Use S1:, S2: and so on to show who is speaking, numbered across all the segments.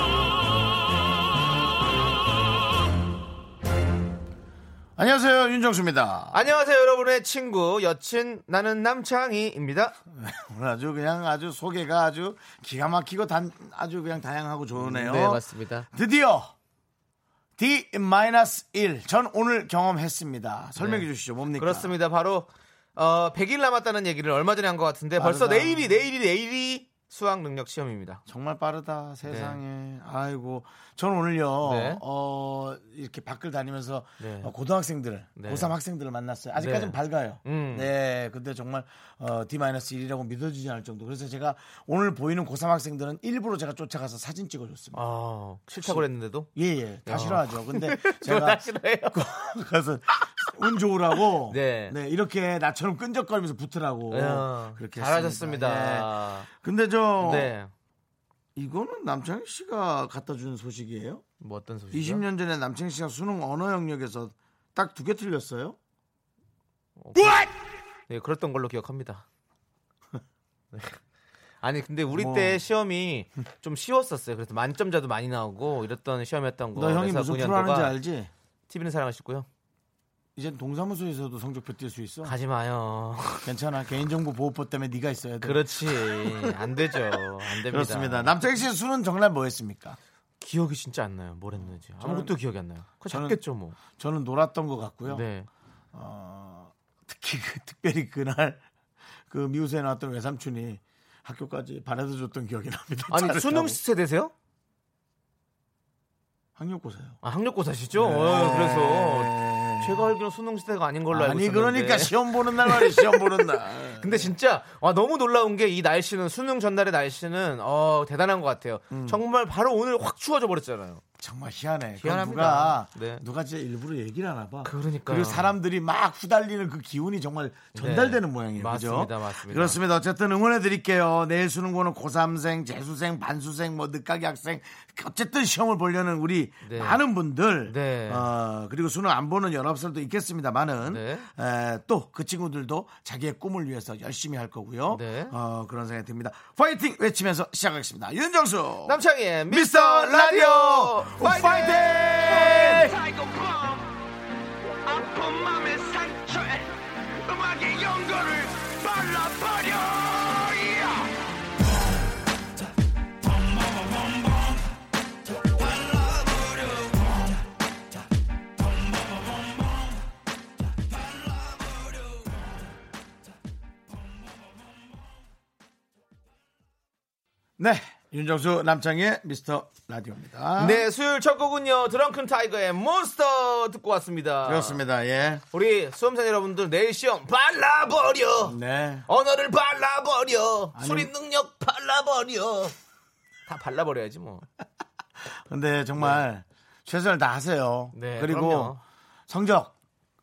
S1: 안녕하세요 윤정수입니다.
S2: 안녕하세요 여러분의 친구 여친 나는 남창희입니다
S1: 오늘 아주 그냥 아주 소개가 아주 기가 막히고 단, 아주 그냥 다양하고 좋으네요.
S2: 네 맞습니다
S1: 드디어 D-1 전 오늘 경험했습니다. 설명해
S2: 네.
S1: 주시죠. 뭡니까?
S2: 그렇습니다 바로 어, 100일 남았다는 얘기를 얼마 전에 한 것 같은데 벌써
S1: 빠르다.
S2: 내일이 내일이 내일이 수학능력시험입니다
S1: 정말 빠르다 세상에 아이고 전 오늘요
S2: 네.
S1: 어 이렇게 밖을 다니면서
S2: 네.
S1: 어, 고등학생들을
S2: 네.
S1: 고3 학생들을 만났어요 아직까지는
S2: 네.
S1: 밝아요
S2: 음.
S1: 네 근데 정말 어, D-1이라고 믿어지지 않을 정도 그래서 제가 오늘 보이는 고3 학생들은 일부러 제가 쫓아가서 사진 찍어줬습니다
S2: 아 실착을 했는데도
S1: 예예 다
S2: 야.
S1: 싫어하죠 근데
S2: 제가
S1: 제가
S2: 싫어해요
S1: 가서 운 좋으라고 네.
S2: 네.
S1: 이렇게 나처럼 끈적거리면서 붙으라고
S2: 야,
S1: 그렇게 했습니다. 예.
S2: 잘하셨습니다
S1: 근데 저
S2: 어, 네.
S1: 이거는 남창희 씨가 갖다 준 소식이에요?
S2: 뭐 어떤 소식이요?
S1: 20년 전에 남창희 씨가 수능 언어 영역에서 딱 두 개 틀렸어요?
S2: 네, 그랬던 걸로 기억합니다. 네. 아니 근데 우리
S1: 뭐.
S2: 때 시험이 좀 쉬웠었어요. 그래서 만점자도 많이 나오고 이랬던 시험이었던 거.
S1: 너 형이
S2: 그래서
S1: 무슨 프로
S2: 본연도가
S1: 하는지 알지?
S2: TV는 사랑하시고요.
S1: 이젠 동사무소에서도 성적표 뛸 수 있어?
S2: 가지 마요.
S1: 괜찮아. 개인정보 보호법 때문에 네가 있어야 돼.
S2: 그렇지. 안 되죠. 안 됩니다.
S1: 그렇습니다. 남창희 씨의 수능 정말 뭐였습니까?
S2: 기억이 진짜 안 나요. 뭘 했는지 아무것도 기억이 안 나요. 그거
S1: 저는-
S2: 작겠죠 뭐.
S1: 저는 놀았던 것 같고요.
S2: 네.
S1: 어, 특히 그, 특별히 그날 그 미우새에 나왔던 외삼촌이 학교까지 바래서 줬던 기억이 납니다.
S2: 아니 그
S1: 차를
S2: 수능
S1: 타고.
S2: 세대세요?
S1: 학력고사요.
S2: 아, 학력고사시죠?
S1: 네.
S2: 어, 그래서 제가 알기로 수능 시대가 아닌 걸로 알고
S1: 아니
S2: 있었는데.
S1: 그러니까 시험 보는 날 말이 시험 보는 날.
S2: 근데 진짜 와 너무 놀라운 게 이 날씨는 수능 전날의 날씨는 어 대단한 것 같아요.
S1: 음.
S2: 정말 바로 오늘 확 추워져 버렸잖아요.
S1: 정말 희한해. 그건 누가
S2: 희한합니다. 네.
S1: 누가 진짜 일부러 얘기를 하나 봐.
S2: 그러니까요.
S1: 그리고 사람들이 막 후달리는 그 기운이 정말 전달되는
S2: 네.
S1: 모양이에요.
S2: 맞습니다,
S1: 그죠?
S2: 맞습니다.
S1: 그렇습니다. 어쨌든 응원해 드릴게요. 내일 수능 보는 고3생, 재수생, 반수생, 뭐 늦가기 학생 어쨌든 시험을 보려는 우리
S2: 네.
S1: 많은 분들
S2: 네.
S1: 어, 그리고 수능 안 보는 19살도 있겠습니다만은
S2: 네.
S1: 또 그 친구들도 자기의 꿈을 위해서 열심히 할 거고요.
S2: 네.
S1: 어, 그런 생각이 듭니다. 파이팅 외치면서 시작하겠습니다. 윤정수
S2: 남창희의
S1: 미스터 라디오
S2: 파이팅!
S1: 파이팅!
S3: 타이거 펌 아픈 맘의 상처에 음악의 연고를 발라버려 야!
S1: 네, 윤정수 남창의 미스터 라디오입니다.
S2: 네 수요일 첫 곡은요 드렁큰 타이거의 몬스터 듣고 왔습니다.
S1: 그렇습니다. 예.
S2: 우리 수험생 여러분들 내일 시험 발라버려
S1: 네.
S2: 언어를 발라버려
S1: 아니-
S2: 수리 능력 발라버려 다 발라버려야지 뭐.
S1: 근데 정말 최선을 다하세요.
S2: 네,
S1: 그리고
S2: 그럼요.
S1: 성적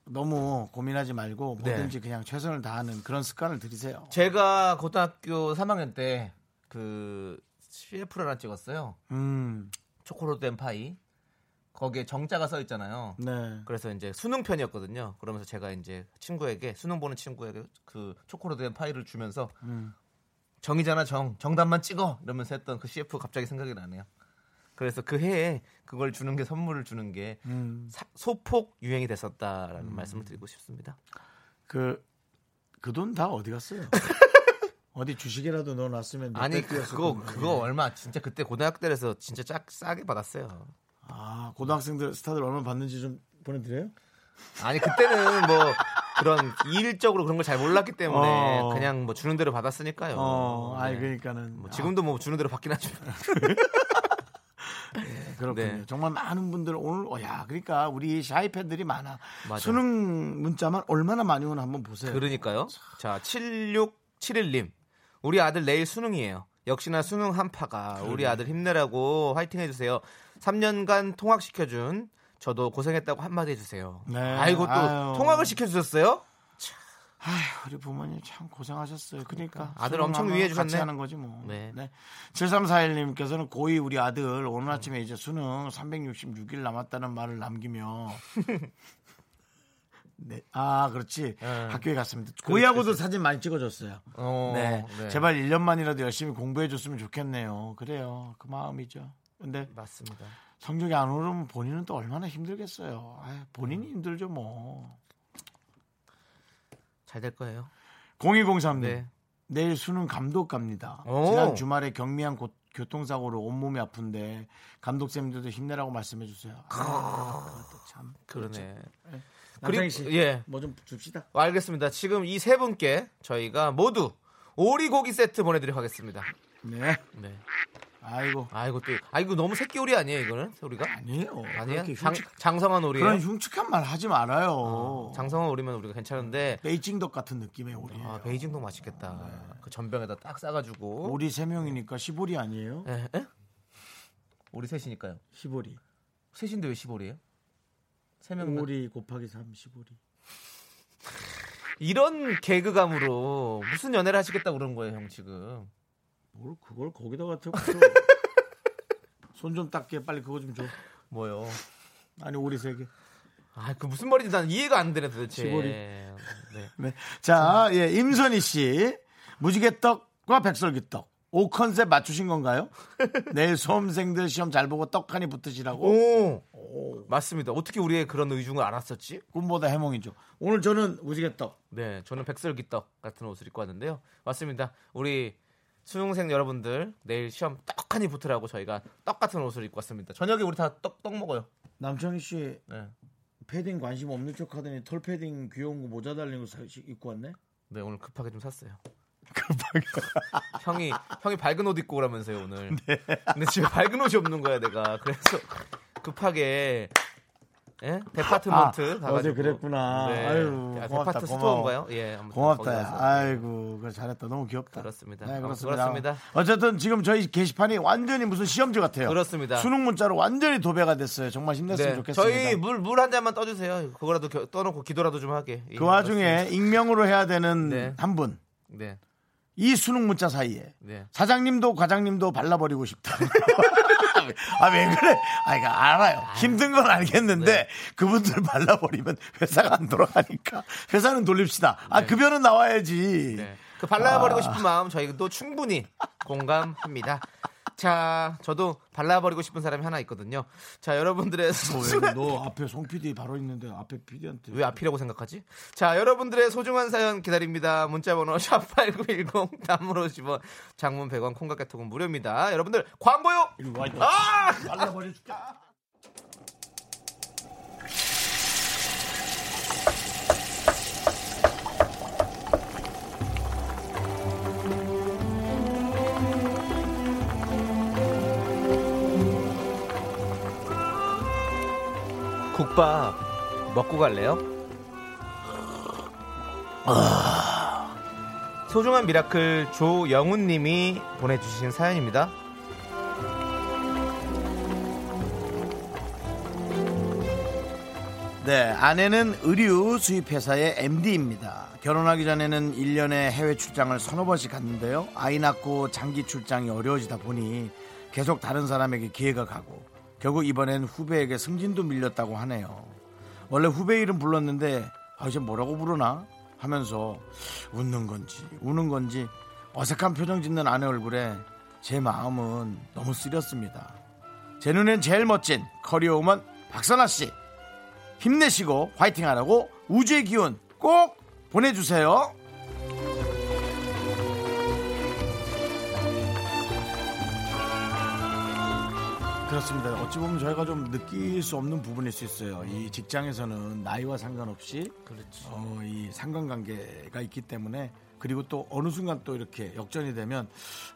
S1: 너무 고민하지 말고
S2: 네.
S1: 뭐든지 그냥 최선을 다하는 그런 습관을 들이세요.
S2: 제가 고등학교 3학년 때 그 CF를 하나 찍었어요.
S1: 음,
S2: 초코로 된 파이 거기에 정자가 써 있잖아요.
S1: 네.
S2: 그래서 이제 수능 편이었거든요. 그러면서 제가 이제 친구에게 수능 보는 친구에게 그 초코로 된 파이를 주면서
S1: 음.
S2: 정이잖아 정 정답만 찍어 이러면서 했던 그 CF 갑자기 생각이 나네요. 그래서 그 해에 그걸 주는 게 선물을 주는 게
S1: 음,
S2: 사- 소폭 유행이 됐었다라는 말씀을 드리고 싶습니다.
S1: 그, 그 돈 다 어디 갔어요? 어디 주식이라도 넣어놨으면 몇배
S2: 아니
S1: 뛰었을
S2: 그거
S1: 건데.
S2: 그거 얼마 진짜 그때 고등학교 때에서 진짜 짝 싸게 받았어요.
S1: 아, 고등학생들 스타들 얼마 받는지 좀 보내드려요?
S2: 아니 그때는 뭐 그런 일적으로 그런 걸 잘 몰랐기 때문에
S1: 어.
S2: 그냥 뭐 주는 대로 받았으니까요.
S1: 어, 아니,
S2: 네.
S1: 그러니까는.
S2: 뭐 지금도 뭐 주는 대로 받긴 하지만
S1: 그렇군요.
S2: 네.
S1: 정말 많은 분들 오늘 어, 야 그러니까 우리 샤이 팬들이 많아.
S2: 맞아.
S1: 수능 문자만 얼마나 많이 오나 한번 보세요.
S2: 그러니까요. 자 7671님 우리 아들 내일 수능이에요. 역시나 수능 한파가 우리 아들 힘내라고 화이팅 해주세요. 3년간 통학시켜준 저도 고생했다고 한마디 해주세요.
S1: 네.
S2: 아이고 또
S1: 아유.
S2: 통학을 시켜주셨어요?
S1: 아휴, 우리 부모님 참 고생하셨어요. 그러니까.
S2: 아들
S1: 수능하고
S2: 엄청 위해
S1: 같이
S2: 주셨네.
S1: 하는 거지 뭐.
S2: 네.
S1: 네. 7341님께서는 고이 우리 아들 오늘 아침에 이제 수능 366일 남았다는 말을 남기며 네. 아, 그렇지. 학교에 갔습니다. 고이하고도 사진 많이 찍어줬어요.
S2: 네. 어,
S1: 네. 제발 1년만이라도 열심히 공부해줬으면 좋겠네요. 그래요. 그 마음이죠. 근데
S2: 맞습니다.
S1: 성적이 안 오르면 본인은 또 얼마나 힘들겠어요. 아이,
S2: 음.
S1: 본인이 힘들죠 뭐.
S2: 잘 될 거예요.
S1: 0203님.
S2: 네.
S1: 내일 수능 감독 갑니다.
S2: 오.
S1: 지난 주말에 경미한 고- 교통사고로 온몸이 아픈데 감독쌤들도 힘내라고 말씀해 주세요. 아, 그것도 참.
S2: 그러네.
S1: 남창희
S2: 그리고 예.
S1: 뭐 좀 줍시다.
S2: 알겠습니다. 지금 이 세 분께 저희가 모두 오리고기 세트 보내드리도록 하겠습니다.
S1: 네.
S2: 네.
S1: 아이고.
S2: 아이고 또 아이고 너무 새끼 오리 아니에요 이거는 우리가
S1: 아니에요.
S2: 아니에요?
S1: 그렇게
S2: 장,
S1: 흉측-
S2: 장성한 오리예요.
S1: 그런 흉측한 말 하지 말아요.
S2: 장성한 오리면 우리가 괜찮은데
S1: 베이징덕 같은 느낌의 오리.
S2: 아, 베이징도 맛있겠다. 그 전병에다 딱 싸가지고
S1: 오리 세 명이니까 시보리 아니에요?
S2: 예, 예? 오리 셋이니까요.
S1: 시보리.
S2: 셋인데 왜 10월이에요? 세 명만
S1: 오리 곱하기 3 시보리.
S2: 이런 개그감으로 무슨 연애를 하시겠다 고 그런 거예요 형 지금.
S1: 뭘 그걸 거기다가 태고 손좀 닦게 빨리 그거 좀 줘.
S2: 뭐요?
S1: 아니 오리 세 개.
S2: 아 그 무슨 말인지 난 이해가 안 되네 도대체.
S1: 시골이.
S2: 네.
S1: 네. 자, 예, 임선희 씨. 무지개떡과 백설기떡. 5컨셉 맞추신 건가요? 내일 수험생들 시험 잘 보고 떡하니 붙으시라고.
S2: 뭐? 오, 맞습니다. 어떻게 우리의 그런 의중을 알았었지?
S1: 꿈보다 해몽이죠. 오늘 저는 무지개떡.
S2: 네, 저는 백설기떡 같은 옷을 입고 왔는데요. 맞습니다. 우리 수능생 여러분들 내일 시험 떡하니 붙으라고 저희가 떡 같은 옷을 입고 왔습니다. 저녁에 우리 다 떡 떡 먹어요.
S1: 남창희 씨
S2: 네.
S1: 패딩 관심 없는 척 하더니 털 패딩 귀여운 거 모자 달린 거 사- 입고 왔네.
S2: 네, 오늘 급하게 좀 샀어요. 급하게. 형이 형이 밝은 옷 입고 오라면서요 오늘.
S1: 네.
S2: 근데 집에 밝은 옷이 없는 거야 내가. 그래서 급하게 예? 데파트먼트
S1: 아,
S2: 가가지고.
S1: 어제 그랬구나. 아유,
S2: 아,
S1: 고맙다,
S2: 데파트
S1: 고마워.
S2: 스토어인가요? 예. 아무튼 거기 가서.
S1: 고맙다. 아이고, 그래 잘했다. 너무 귀엽다.
S2: 그렇습니다.
S1: 네,
S2: 아무튼
S1: 그렇습니다.
S2: 그렇습니다.
S1: 어쨌든 지금 저희 게시판이 완전히 무슨 시험지 같아요.
S2: 그렇습니다. 네,
S1: 수능 문자로 완전히 도배가 됐어요. 정말 힘냈으면 좋겠습니다.
S2: 저희 물 물 한 잔만 떠주세요. 그거라도 겨- 떠놓고 기도라도 좀 하게. 예,
S1: 그 와중에 익명으로 해야 되는
S2: 네.
S1: 한 분.
S2: 그렇습니다. 네,
S1: 이 수능 문자 사이에
S2: 네.
S1: 사장님도 과장님도 발라버리고 싶다. 아 왜 그래? 아 이거 알아요. 힘든 건 알겠는데
S2: 네.
S1: 그분들 발라버리면 회사가 안 돌아가니까 회사는 돌립시다. 아 급여는 나와야지.
S2: 네. 그
S1: 아.
S2: 발라버리고 싶은 마음 저희도 충분히 공감합니다. 자, 저도 발라버리고 싶은 사람이 하나 있거든요. 자, 여러분들의
S1: 너,
S2: 소중한
S1: 뭐, 너 앞에 송 PD 바로 있는데 앞에 PD한테
S2: 왜 앞이라고 생각하지? 자, 여러분들의 소중한 사연 기다립니다. 문자번호 샵8910 담으로 10원, 장문 100원, 콩깍개톡은 무료입니다. 여러분들 광고요. 아!
S1: 발라버려 줄게.
S2: 국밥 먹고 갈래요? 아. 소중한 미라클 조영훈님이 보내주신 사연입니다.
S1: 네, 아내는 의류 수입회사의 MD입니다. 결혼하기 전에는 1년에 해외 출장을 서너 번씩 갔는데요. 아이 낳고 장기 출장이 어려워지다 보니 계속 다른 사람에게 기회가 가고 결국 이번엔 후배에게 승진도 밀렸다고 하네요. 원래 후배 이름 불렀는데 아, 이제 뭐라고 부르나 하면서 웃는 건지 우는 건지 어색한 표정 짓는 아내 얼굴에 제 마음은 너무 쓰렸습니다. 제 눈엔 제일 멋진 커리어우먼 박선아 씨 힘내시고 화이팅하라고 우주의 기운 꼭 보내주세요. 그렇습니다. 어찌 보면 저희가 좀 느낄 수 없는 부분일 수 있어요. 이 직장에서는 나이와 상관없이 어, 이 상관관계가 있기 때문에 그리고 또 어느 순간 또 이렇게 역전이 되면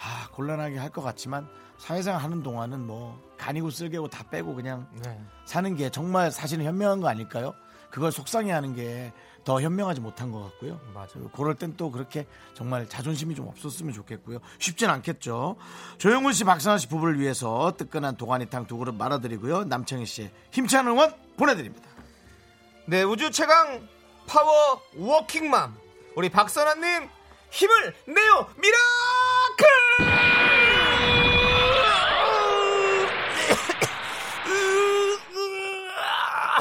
S1: 아, 곤란하게 할 것 같지만 사회생활 하는 동안은 뭐 간이고 쓸개고 다 빼고 그냥 사는 게 정말 사실은 현명한 거 아닐까요? 그걸 속상해하는 게 더 현명하지 못한 것 같고요.
S2: 맞아요.
S1: 그럴 땐 또 그렇게 정말 자존심이 좀 없었으면 좋겠고요. 쉽진 않겠죠. 조영훈 씨, 박선아 씨 부부를 위해서 뜨끈한 도가니탕 두 그릇 말아드리고요. 남창희 씨의 힘찬 응원 보내드립니다.
S2: 네, 우주 최강 파워 워킹맘. 우리 박선아님, 힘을 내요!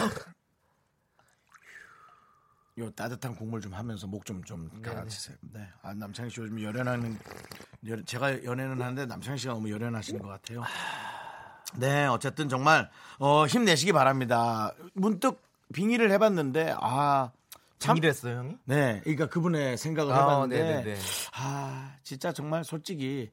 S2: 미라클!
S1: 요 따뜻한 국물 좀 하면서 목 좀 좀 갈아치세요. 네. 아, 남창희 씨 요즘 열연하는 열- 제가 연애는 하는데 남창희 씨가 너무 열연하시는 것 같아요. 네, 어쨌든 정말 어, 힘내시기 바랍니다. 문득 빙의를 해봤는데 아 참.
S2: 이랬어요, 형이?
S1: 네, 그러니까 그분의 생각을
S2: 아,
S1: 해봤는데
S2: 네네네.
S1: 아 진짜 정말 솔직히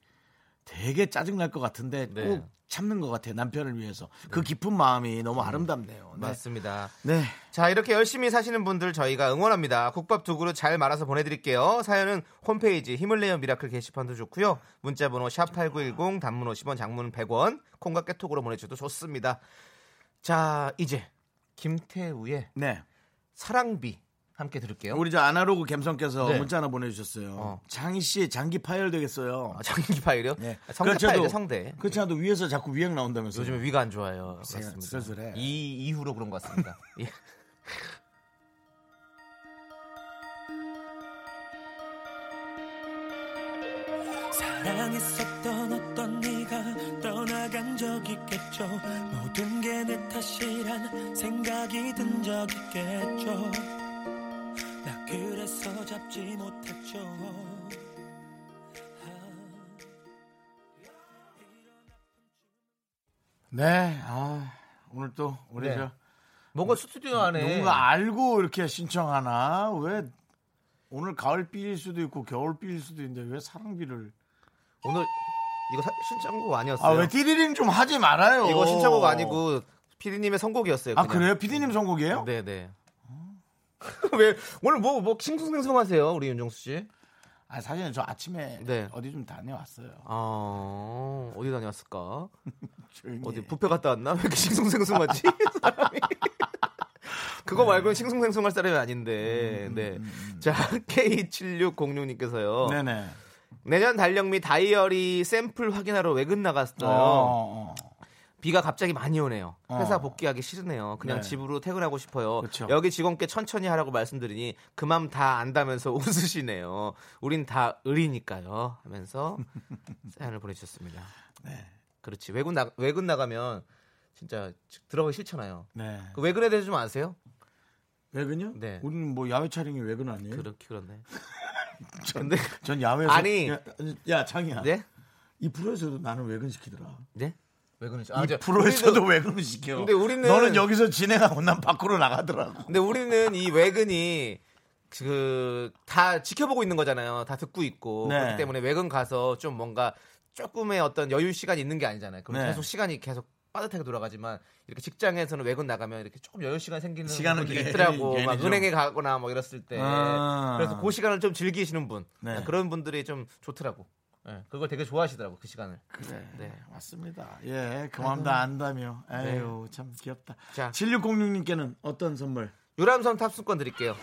S1: 되게 짜증 날 것 같은데
S2: 네.
S1: 꼭 참는 것 같아요 남편을 위해서 그 깊은 마음이 너무 아름답네요. 네.
S2: 맞습니다.
S1: 네,
S2: 자, 이렇게 열심히 사시는 분들 저희가 응원합니다. 국밥 두 그릇 잘 말아서 보내드릴게요. 사연은 홈페이지 힘을 내요 미라클 게시판도 좋고요. 문자번호 샵8910 단문 50원 장문 100원 콩과 깨톡으로 보내주셔도 좋습니다. 자, 이제 김태우의
S1: 네.
S2: 사랑비 함께 들을게요.
S1: 우리 저 아나로그 갬성께서
S2: 네.
S1: 문자 하나 보내주셨어요.
S2: 어.
S1: 장희 씨 장기 파열되겠어요.
S2: 아, 장기 파일이요?
S1: 네.
S2: 성대
S1: 그렇죠.
S2: 파일이요, 성대.
S1: 그렇지 않아도 위에서 자꾸 위액 나온다면서.
S2: 요즘에 위가 안 좋아요.
S1: 세-
S2: 그렇습니다.
S1: 네, 슬슬해.
S2: 이 이후로 그런 것 같습니다. 예.
S4: 사랑했었던 어떤 네가 떠나간 적 있겠죠 모든 게 내 탓이란 생각이 든 적 있겠죠 나 그래서 잡지 못했죠
S1: 네, 아, 오늘 또 우리
S2: 네.
S1: 저 음,
S2: 뭔가 스튜디오 안에
S1: 누군가 아- 알고 이렇게 신청하나 왜 오늘 가을비일 수도 있고 겨울비일 수도 있는데 왜 사랑비를?
S2: 오늘 이거 사- 신청곡 아니었어요.
S1: 아 왜 띠리링 좀 하지 말아요.
S2: 이거 신청곡 아니고 피디님의 선곡이었어요.
S1: 아
S2: 그냥.
S1: 그래요? 피디님 선곡이에요?
S2: 네네. 어. 왜 오늘 뭐 뭐 싱숭생숭하세요, 우리 윤정수 씨?
S1: 아 사실은 저 아침에
S2: 네.
S1: 어디 좀 다녀왔어요.
S2: 아 어디 다녀왔을까?
S1: 조용히
S2: 어디
S1: 해.
S2: 부페 갔다 왔나? 왜 이렇게 싱숭생숭하지? 사람이. 그거 말고는 싱숭생숭할 사람이 아닌데. 네. 자, K7606님께서요.
S1: 네네.
S2: 내년 달력미 다이어리 샘플 확인하러 외근 나갔어요.
S1: 어, 어.
S2: 비가 갑자기 많이 오네요. 회사
S1: 어.
S2: 복귀하기 싫으네요. 그냥
S1: 네. 그렇죠.
S2: 집으로 퇴근하고 싶어요.
S1: 그쵸.
S2: 여기 직원께 천천히 하라고 말씀드리니 그맘 다 안다면서 웃으시네요. 우린 다 을이니까요. 하면서 사연을 보내주셨습니다.
S1: 네.
S2: 그렇지. 외근 나 외근 나가면 진짜 들어가기 싫잖아요.
S1: 네.
S2: 그 외근에 대해서 좀 아세요?
S1: 외근요?
S2: 네.
S1: 우리는 뭐 야외 촬영이 외근 아니에요?
S2: 그렇게 그렇네. 근데
S1: 전 야외에서
S2: 아니.
S1: 야, 야 창이야
S2: 네?
S1: 이 프로에서도 나는 외근 시키더라
S2: 네? 외근을 시-
S1: 이
S2: 저-
S1: 프로에서도
S2: 우리도-
S1: 외근을 시켜
S2: 근데 우리는-
S1: 너는 여기서 진행하고 난 밖으로 나가더라고
S2: 근데 우리는 이 외근이 그 다 지켜보고 있는 거잖아요. 다 듣고 있고
S1: 네.
S2: 그렇기 때문에 외근 가서 좀 뭔가 조금의 어떤 여유 시간이 있는 게 아니잖아요. 그럼
S1: 네.
S2: 계속 시간이 계속 빠듯하게 돌아가지만 이렇게 직장에서는 외근 나가면 이렇게 조금 여유 시간 생기는
S1: 시간은
S2: 분들이
S1: 괜히-
S2: 있더라고.
S1: 괜히
S2: 막
S1: 좀.
S2: 은행에 가거나 뭐 이랬을 때.
S1: 아.
S2: 그래서 그 시간을 좀 즐기시는 분
S1: 네.
S2: 그런 분들이 좀 좋더라고. 예, 그걸 되게 좋아하시더라고 그 시간을.
S1: 그래
S2: 네.
S1: 맞습니다 예그 마음 다 안다며 에휴 참 귀엽다
S2: 자.
S1: 7606님께는 어떤 선물
S2: 유람선 탑승권 드릴게요.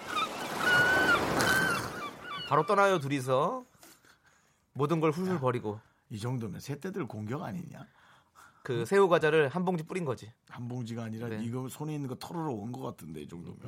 S2: 바로 떠나요 둘이서 모든 걸 훌훌 버리고
S1: 이 정도면 새떼들 공격 아니냐
S2: 그 새우 과자를 한 봉지 뿌린 거지.
S1: 한 봉지가 아니라
S2: 네.
S1: 이거 손에 있는 거 털으러 온 것 같은데 이 정도면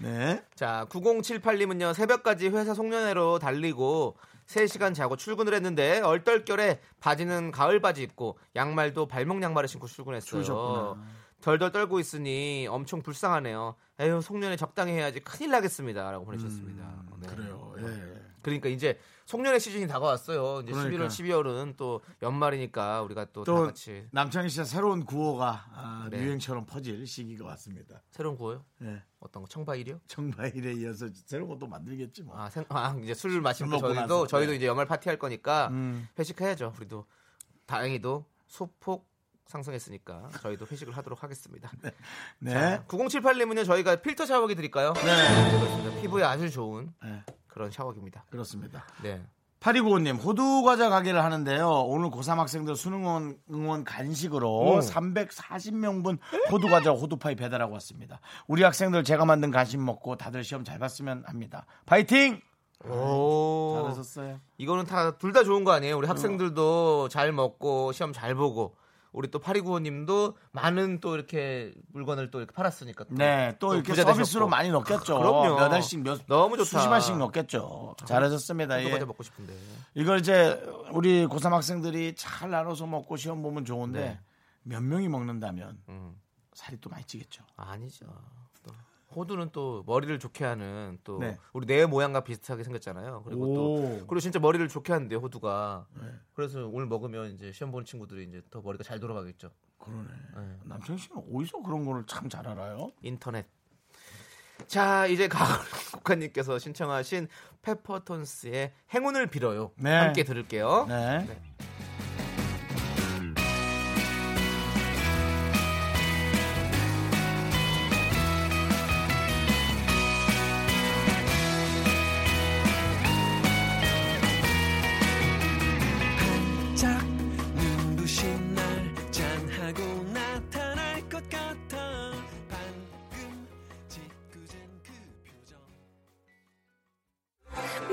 S1: 네
S2: 자, 9078님은요. 새벽까지 회사 송년회로 달리고 3시간 자고 출근을 했는데 얼떨결에 바지는 가을 바지 입고 양말도 발목 양말을 신고 출근했어요.
S1: 추우셨구나.
S2: 덜덜 떨고 있으니 엄청 불쌍하네요. 에휴, 송년회 적당히 해야지 큰일 나겠습니다라고 보내셨습니다. 네.
S1: 음, 그래요 예
S2: 그러니까 이제 송년회 시즌이 다가왔어요. 이제
S1: 그러니까.
S2: 11월, 12월은 또 연말이니까 우리가 또 다
S1: 또
S2: 같이
S1: 남창희 씨의 새로운 구호가 아,
S2: 네.
S1: 유행처럼 퍼질 시기가 왔습니다.
S2: 새로운 구호요?
S1: 네.
S2: 어떤 거 청바일이요?
S1: 청바일에 이어서 새로운 것도 만들겠지 뭐.
S2: 아, 생, 아 이제 술 마시고
S1: 먹고
S2: 저희도
S1: 나서,
S2: 저희도
S1: 네.
S2: 이제 연말 파티 할 거니까
S1: 음.
S2: 회식해야죠. 우리도 다행히도 소폭 상승했으니까 저희도 회식을 하도록 하겠습니다.
S1: 네.
S2: 9078님은요 저희가 필터 샤워기 드릴까요?
S1: 네.
S2: 그렇습니다. 피부에 아주 좋은
S1: 네.
S2: 그런 샤워기입니다.
S1: 그렇습니다.
S2: 네.
S1: 8295님, 호두과자 가게를 하는데요. 오늘 고3 학생들 수능 응원, 응원 간식으로 340명분 호두과자 호두파이 배달하고 왔습니다. 우리 학생들 제가 만든 간식 먹고 다들 시험 잘 봤으면 합니다. 파이팅!
S2: 오.
S1: 잘하셨어요.
S2: 이거는 다 둘 다 좋은 거 아니에요? 우리
S1: 어.
S2: 학생들도 잘 먹고 시험 잘 보고 우리 또 파리구호님도 많은 또 이렇게 물건을 또 이렇게 팔았으니까 또
S1: 네, 또 이렇게
S2: 부자 되셨고. 아,
S1: 서비스로 많이 넣겠죠.
S2: 그럼요.
S1: 몇 알씩, 몇,
S2: 너무 좋다.
S1: 수십 알씩 넣겠죠. 잘하셨습니다.
S2: 호두과자
S1: 예.
S2: 먹고 싶은데
S1: 이걸 이제 우리 고3 학생들이 잘 나눠서 먹고 시험 보면 좋은데 몇 명이 먹는다면
S2: 네. 음.
S1: 살이 또 많이 찌겠죠.
S2: 아니죠. 또 호두는 또 머리를 좋게 하는 또
S1: 네.
S2: 우리 뇌 모양과 비슷하게 생겼잖아요. 그리고 또
S1: 오. 네.
S2: 그리고 진짜 머리를 좋게 하는데 호두가 그래서 오늘 먹으면 이제 시험 보는 친구들이 이제 더 머리가 잘 돌아가겠죠.
S1: 그러네. 남창 씨는 어디서 그런 거를 참 잘 알아요?
S2: 인터넷. 자 이제 가을 국가님께서 신청하신 페퍼톤스의 행운을 빌어요.
S1: 네.
S2: 함께 들을게요.
S1: 네.
S4: 짝 눈부신 날 짠하고 나타날 것 같아 방금 짓궂은 그 표정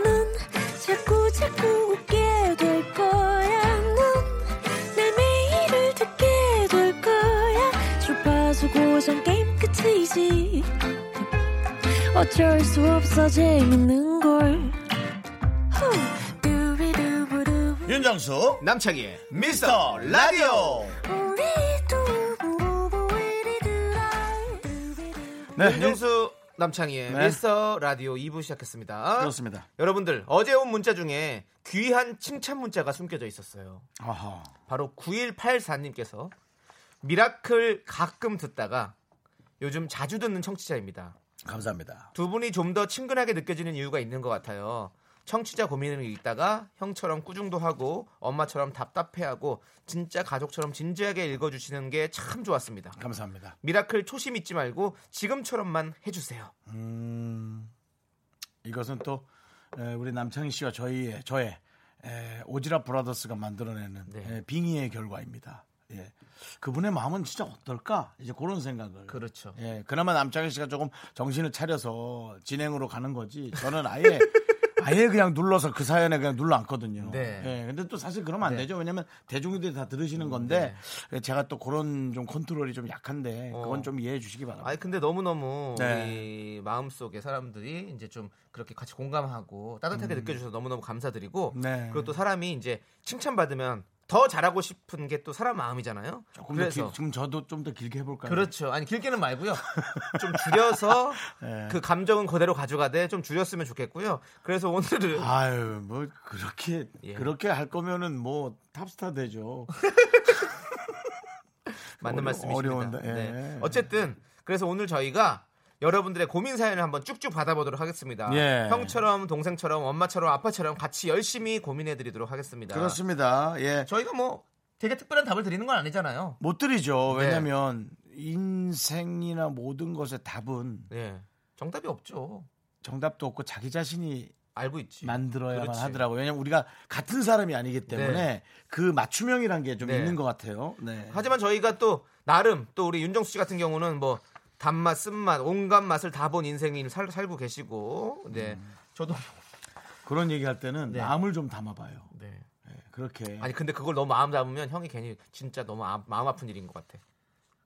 S5: 넌 자꾸 자꾸 웃게 될 거야. 넌내 매일을 듣게 될 거야. 주파수 고정 게임 끝이지. 어쩔 수 없어 재밌는 걸. 후. 두비두부두.
S1: 윤정수
S2: 남창희의
S1: 미스터 라디오.
S5: 우리 두부부부 우리 두라. 두비두부.
S1: 네.
S2: 윤정수 남창희의
S1: 네.
S2: 미스터 라디오 2부 시작했습니다.
S1: 그렇습니다.
S2: 여러분들 어제 온 문자 중에 귀한 칭찬 문자가 숨겨져 있었어요.
S1: 아하.
S2: 바로 9184님께서 미라클 가끔 듣다가 요즘 자주 듣는 청취자입니다.
S1: 감사합니다.
S2: 두 분이 좀 더 친근하게 느껴지는 이유가 있는 것 같아요. 청취자 고민을 읽다가 형처럼 꾸중도 하고 엄마처럼 답답해하고 진짜 가족처럼 진지하게 읽어주시는 게 참 좋았습니다.
S1: 감사합니다.
S2: 미라클 초심 잊지 말고 지금처럼만 해주세요.
S1: 음. 이것은 또 에, 우리 남창희 씨와 저희의 저의 에, 오지랖 브라더스가 만들어내는
S2: 네.
S1: 에, 빙의의 결과입니다. 예. 그분의 마음은 진짜 어떨까? 이제 그런 생각을.
S2: 그렇죠.
S1: 예. 그나마 남창희 씨가 조금 정신을 차려서 진행으로 가는 거지. 저는 아예 아예 그냥 눌러서 그 사연에 그냥 눌러 앉거든요.
S2: 네.
S1: 예. 근데 또 사실 그러면 안 되죠. 왜냐면 대중들이 다
S2: 음,
S1: 들으시는 건데 제가 또 그런 좀 컨트롤이 좀 약한데 그건
S2: 네. 어.
S1: 좀 이해해 주시기 바랍니다.
S2: 아니 근데 너무 너무
S1: 네.
S2: 우리 마음 속에 사람들이 이제 좀 그렇게 같이 공감하고 따뜻하게 느껴주셔서 너무 너무 감사드리고
S1: 음. 네.
S2: 그리고 또 사람이 이제 칭찬받으면 더 잘하고 싶은 게 또 사람 마음이잖아요.
S1: 조금 더
S2: 그래서
S1: 길, 지금 저도 좀 더 길게 해볼까요?
S2: 그렇죠. 아니 길게는 말고요. 좀 줄여서
S1: 예.
S2: 그 감정은 그대로 가져가되 좀 줄였으면 좋겠고요. 그래서 오늘은
S1: 아유 뭐 그렇게
S2: 예.
S1: 그렇게 할 거면은 뭐 탑스타 되죠.
S2: 맞는
S1: 어려-
S2: 말씀이십니다.
S1: 어려운데, 예.
S2: 네. 어쨌든 그래서 오늘 저희가 여러분들의 고민 사연을 한번 쭉쭉 받아보도록 하겠습니다.
S1: 예.
S2: 형처럼 동생처럼 엄마처럼 아빠처럼 같이 열심히 고민해드리도록 하겠습니다.
S1: 그렇습니다. 예.
S2: 저희가 뭐 되게 특별한 답을 드리는 건 아니잖아요.
S1: 못 드리죠.
S2: 네.
S1: 왜냐면 인생이나 모든 것의 답은
S2: 예. 정답이 없죠.
S1: 정답도 없고 자기 자신이
S2: 알고 있지.
S1: 만들어야만
S2: 그렇지.
S1: 하더라고요. 왜냐면 우리가 같은 사람이 아니기 때문에 그 맞춤형이란 게 좀
S2: 네.
S1: 있는 것 같아요. 네.
S2: 하지만 저희가 또 나름 또 우리 윤정수 씨 같은 경우는 뭐 단맛, 쓴맛, 온갖 맛을 다 본 인생을 살, 살고 계시고, 네, 저도
S1: 그런 얘기할 때는
S2: 네.
S1: 마음을 좀 담아봐요.
S2: 네.
S1: 네, 그렇게
S2: 아니 근데 그걸 너무 마음 잡으면 형이 괜히 진짜 너무 아- 마음 아픈 일인 것 같아.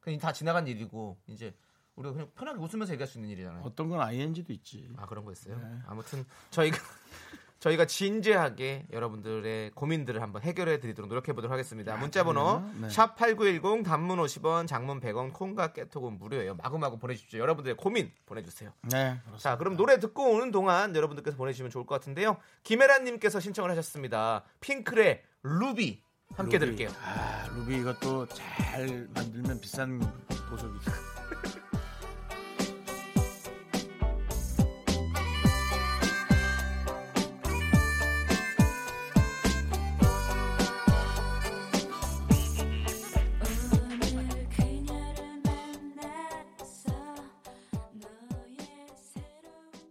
S2: 그냥 다 지나간 일이고 이제 우리가 그냥 편하게 웃으면서 얘기할 수 있는 일이잖아요.
S1: 어떤 건 ing도 있지.
S2: 아 그런 거였어요.
S1: 네.
S2: 아무튼 저희가 저희가 진지하게 여러분들의 고민들을 한번 해결해 드리도록 노력해 보도록 하겠습니다. 문자 번호
S1: 네.
S2: 샵 8910 단문 50원, 장문 100원, 콩과 깨톡은 무료예요. 마구마구 보내 주십시오. 여러분들의 고민 보내 주세요.
S1: 네. 그렇습니다.
S2: 자, 그럼 노래 듣고 오는 동안 여러분들께서 보내 주시면 좋을 것 같은데요. 김혜란 님께서 신청을 하셨습니다. 핑클의 루비 함께
S1: 루비.
S2: 들을게요.
S1: 아, 루비 이것도 잘 만들면 비싼 보석이죠.
S5: 오늘 그녀를 만났어 너의 새로운 여자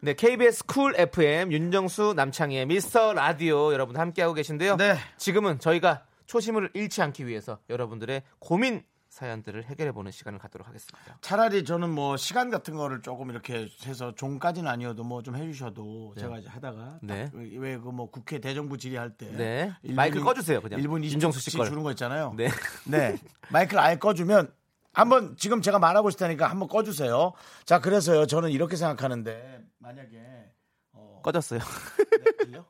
S2: 네, KBS 쿨 FM 윤정수 남창희의 미스터 라디오 여러분 함께하고 계신데요.
S1: 네.
S2: 지금은 저희가 초심을 잃지 않기 위해서 여러분들의 고민 사연들을 해결해 보는 시간을 갖도록 하겠습니다.
S1: 차라리 저는 뭐 시간 같은 거를 조금 이렇게 해서 종까지는 아니어도 뭐 좀 해주셔도 제가 이제 하다가
S2: 네.
S1: 왜 그 뭐 국회 대정부 질의할 때
S2: 네.
S1: 일본
S2: 마이크
S1: 이-
S2: 꺼주세요, 그냥.
S1: 일본
S2: 윤정수 씨
S1: 이정수씨
S2: 걸.
S1: 주는 거 있잖아요.
S2: 네.
S1: 네. 마이크를 아예 꺼주면 한번 지금 제가 말하고 있을 테니까 한번 꺼주세요. 자 그래서요 저는 이렇게 생각하는데 만약에 어,
S2: 꺼졌어요.
S1: 네, 들려?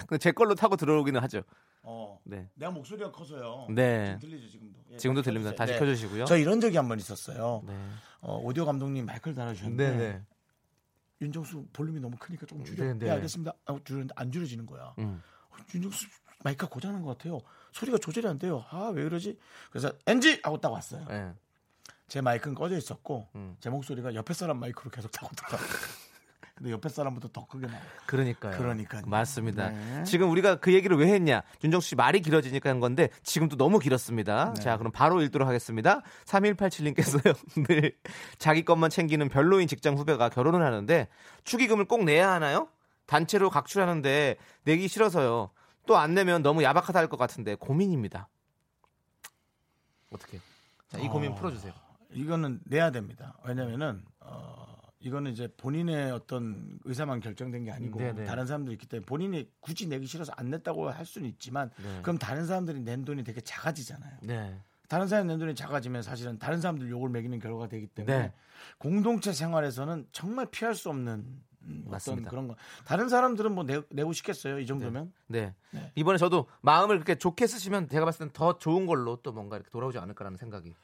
S2: 근데 제 걸로 타고 들어오기는 하죠.
S1: 어.
S2: 네.
S1: 내가 목소리가 커서요.
S2: 네.
S1: 지금 들리죠 지금도. 예,
S2: 지금도
S1: 다시
S2: 들립니다. 다시
S1: 켜주세요.
S2: 켜주시고요.
S1: 저 이런 적이 한 번 있었어요.
S2: 네.
S1: 어, 오디오 감독님 마이크를 달아주셨는데
S2: 네, 네.
S1: 윤정수 볼륨이 너무 크니까 조금 줄여.
S2: 네,
S1: 네,
S2: 네.
S1: 알겠습니다. 하고 줄였는데 안 줄여지는 거야.
S2: 음.
S1: 어, 윤정수 마이크가 고장난 것 같아요. 소리가 조절이 안 돼요. 아 왜 그러지? 그래서 NG 하고 딱 왔어요.
S2: 네.
S1: 제 마이크는 꺼져 있었고
S2: 음.
S1: 제 목소리가 옆에 사람 마이크로 계속 타고 들어. 근데 옆에 사람보다 더 크게 나와.
S2: 그러니까요.
S1: 그러니까요.
S2: 맞습니다.
S1: 네.
S2: 지금 우리가 그 얘기를 왜 했냐? 윤정수 씨 말이 길어지니까 한 건데 지금도 너무 길었습니다. 자, 그럼 바로 읽도록 하겠습니다. 3187님께서요. 늘 자기 것만 챙기는 별로인 직장 후배가 결혼을 하는데 축의금을 꼭 내야 하나요? 단체로 각출하는데 내기 싫어서요. 또 안 내면 너무 야박하다 할 것 같은데 고민입니다. 어떻게? 자, 이 고민
S1: 어.
S2: 풀어주세요.
S1: 이거는 내야 됩니다. 왜냐면은 어, 이거는 이제 본인의 어떤 의사만 결정된 게 아니고
S2: 네, 네.
S1: 다른 사람들이 있기 때문에 본인이 굳이 내기 싫어서 안 냈다고 할 수는 있지만
S2: 네.
S1: 그럼 다른 사람들이 낸 돈이 되게 작아지잖아요.
S2: 네.
S1: 다른 사람 낸 돈이 작아지면 사실은 다른 사람들 욕을 매기는 결과가 되기 때문에
S2: 네.
S1: 공동체 생활에서는 정말 피할 수 없는 음, 어떤
S2: 맞습니다.
S1: 그런 거. 다른 사람들은 뭐 내, 내고 싶겠어요 이 정도면.
S2: 네.
S1: 네.
S2: 이번에 저도 마음을 그렇게 좋게 쓰시면 제가 봤을 땐 더 좋은 걸로 또 뭔가 이렇게 돌아오지 않을까라는 생각이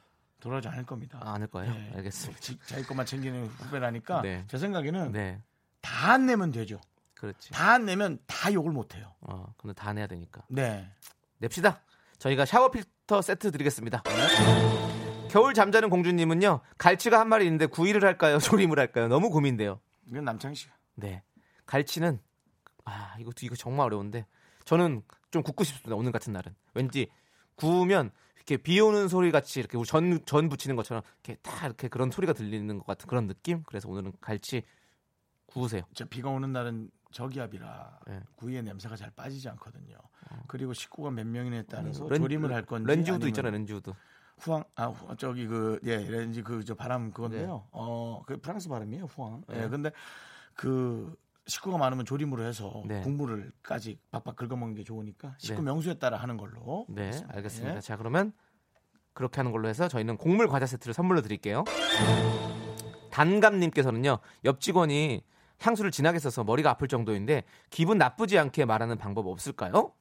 S1: 돌아오지 않을 겁니다.
S2: 아, 않을 거예요.
S1: 네.
S2: 알겠습니다.
S1: 지- 자기 것만 챙기는 후배라니까
S2: 네.
S1: 제 생각에는
S2: 네.
S1: 다 안 내면 되죠.
S2: 그렇지.
S1: 다 안 내면 다 욕을 못 해요.
S2: 어, 근데 다 내야 되니까.
S1: 네.
S2: 냅시다. 저희가 샤워 필터 세트 드리겠습니다. 겨울 잠자는 공주님은요 갈치가 한 마리 있는데 구이를 할까요 조림을 할까요 너무 고민돼요.
S1: 이건 남창희 씨가.
S2: 네 갈치는 아 이거 이거 정말 어려운데 저는 좀 굽고 싶습니다 오늘 같은 날은 왠지 구우면 이렇게 비 오는 소리 같이 이렇게 우리 전, 전 붙이는 것처럼 이렇게 다 이렇게 그런 소리가 들리는 것 같은 그런 느낌 그래서 오늘은 갈치 구우세요
S1: 저 비가 오는 날은 저기압이라
S2: 네. 어.
S1: 구이의 냄새가 잘 빠지지 않거든요. 그리고 식구가 몇 명이냐에 따라서
S2: 음. 렌-
S1: 조림을 할 건지
S2: 렌지 우드
S1: 아니면
S2: 있잖아요 렌지 우드
S1: 후앙 아 후- 저기 그예 렌지 그 저 바람 그건데요. 어, 그 프랑스 발음이에요. 후앙. 예.
S2: 네.
S1: 근데 그 식구가 많으면 조림으로 해서
S2: 네.
S1: 국물을까지 박박 긁어먹는 게 좋으니까 식구
S2: 네.
S1: 명수에 따라 하는 걸로.
S2: 네, 알겠습니다.
S1: 예.
S2: 자, 그러면 그렇게 하는 걸로 해서 저희는 곡물 과자 세트를 선물로 드릴게요. 단감님께서는요, 옆 직원이 향수를 진하게 써서 머리가 아플 정도인데 기분 나쁘지 않게 말하는 방법 없을까요?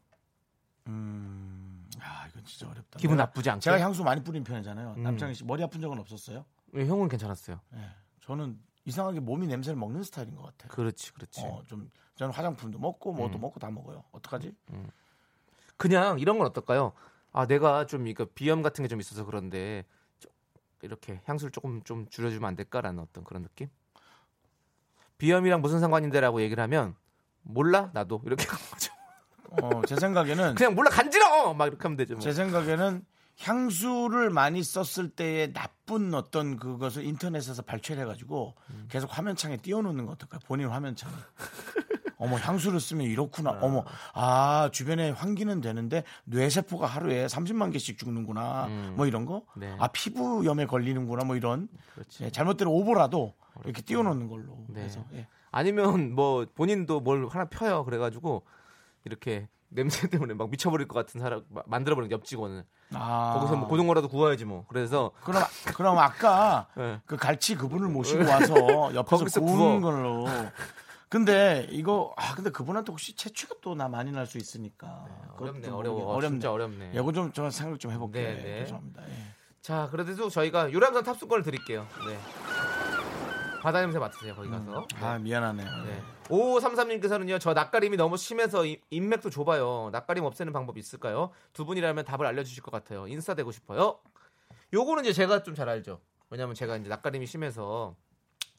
S1: 음. 아, 이건 진짜 어렵다.
S2: 기분
S1: 내가-
S2: 나쁘지 않게.
S1: 제가 향수 많이 뿌린 편이잖아요. 남창희 씨 머리 아픈 적은 없었어요?
S2: 예, 형은 괜찮았어요.
S1: 예. 저는 이상하게 몸이 냄새를 먹는 스타일인 것 같아요.
S2: 그렇지, 그렇지.
S1: 네. 어, 좀 저는 화장품도 먹고 뭐도 먹고 다 먹어요. 어떡하지?
S2: 그냥 이런 건 어떨까요? 아, 내가 좀 이거 비염 같은 게 좀 있어서 그런데 좀 이렇게 향수를 조금 좀 줄여주면 안 될까라는 어떤 그런 느낌? 비염이랑 무슨 상관인데라고 얘기를 하면 몰라 나도 이렇게 하는 거죠.
S1: 어, 제 생각에는
S2: 그냥 몰라 간지러워 막 이렇게 하면 되죠. 뭐.
S1: 제 생각에는 향수를 많이 썼을 때의 나쁜 어떤 그것을 인터넷에서 발췌해 가지고
S2: 음.
S1: 계속 화면창에 띄워놓는 거 어떨까요? 본인 화면창에. 어머 향수를 쓰면 이렇구나. 어머 아 주변에 환기는 되는데 뇌세포가 하루에 30만 개씩 죽는구나. 뭐 이런 거.
S2: 네.
S1: 아 피부염에 걸리는구나. 뭐 이런. 예, 잘못된 오보라도 이렇게 띄워놓는 걸로.
S2: 네.
S1: 그래서 예.
S2: 아니면 뭐 본인도 뭘 하나 펴요. 그래가지고 이렇게 냄새 때문에 막 미쳐버릴 것 같은 사람 마- 만들어버린 옆 직원을
S1: 아.
S2: 거기서 뭐 고등어라도 구워야지 뭐. 그래서
S1: 그럼 그럼 아까
S2: 네.
S1: 그 갈치 그분을 모시고 와서
S2: 어. 거기서
S1: 옆에서
S2: 구워.
S1: 구운 걸로. 근데 이거 아 근데 그분한테 혹시 채취가 또 나 많이 날 수 있으니까
S2: 어렵네
S1: 그것도
S2: 어려워 아,
S1: 모르겠-
S2: 진짜 어렵네.
S1: 이거 좀 제가 생각 좀 해볼게요.
S2: 네, 네.
S1: 죄송합니다. 예.
S2: 자 그래도 저희가 유람선 탑승권을 드릴게요. 네. 바다 냄새 맡으세요 거기 가서.
S1: 아 미안하네요.
S2: 네. 5533님께서는요, 저 낯가림이 너무 심해서 이- 인맥도 좁아요. 낯가림 없애는 방법 있을까요? 두 분이라면 답을 알려주실 것 같아요. 인싸 되고 싶어요. 요거는 이제 제가 좀 잘 알죠. 왜냐면 제가 이제 낯가림이 심해서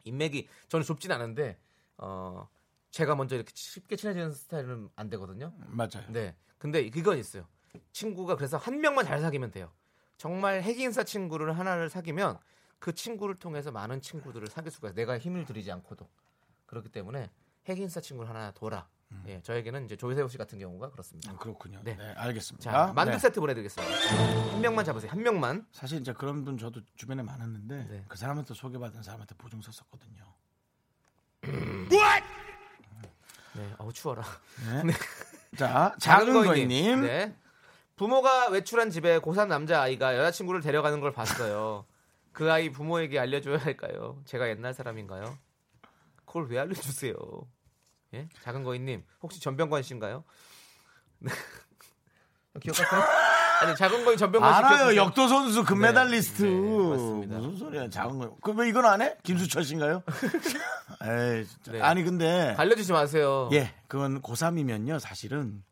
S2: 인맥이 저는 좁진 않은데, 어, 제가 먼저 이렇게 쉽게 친해지는 스타일은 안 되거든요.
S1: 맞아요.
S2: 네. 근데 그건 있어요. 친구가 그래서 한 명만 잘 사귀면 돼요. 정말 핵인싸 친구를 하나를 사귀면 그 친구를 통해서 많은 친구들을 사귈 수가 있어요. 내가 힘을 들이지 않고도. 그렇기 때문에 핵인싸 친구를 하나 둬라. 예, 저에게는 이제 조세호 씨 같은 경우가 그렇습니다.
S1: 그렇군요. 네,
S2: 네.
S1: 알겠습니다.
S2: 자, 만두
S1: 네.
S2: 세트 보내드리겠습니다. 한 명만 잡으세요. 한 명만.
S1: 사실 이제 그런 분 저도 주변에 많았는데
S2: 네.
S1: 그 사람한테 소개받은 사람한테 보증 섰었거든요.
S2: 네, 어우 추워라.
S1: 네. 자, 작은 거이님.
S2: 네. 부모가 외출한 집에 고3 남자 아이가 여자친구를 데려가는 걸 봤어요. 그 아이 부모에게 알려줘야 할까요? 제가 옛날 사람인가요? 그걸 왜 알려주세요? 예, 작은 거인님 혹시 전병관 씨인가요? 네. 기억하세요? 아니 작은 거인 전병관 씨
S1: 알아요.
S2: 기억하세요?
S1: 역도 선수 금메달리스트.
S2: 네, 네, 맞습니다.
S1: 무슨 소리야, 작은 거. 그왜 이건 안 해? 김수철 씨인가요? 에이, 진짜.
S2: 네.
S1: 아니 근데
S2: 알려주지 마세요.
S1: 예, 그건 고3이면요, 사실은.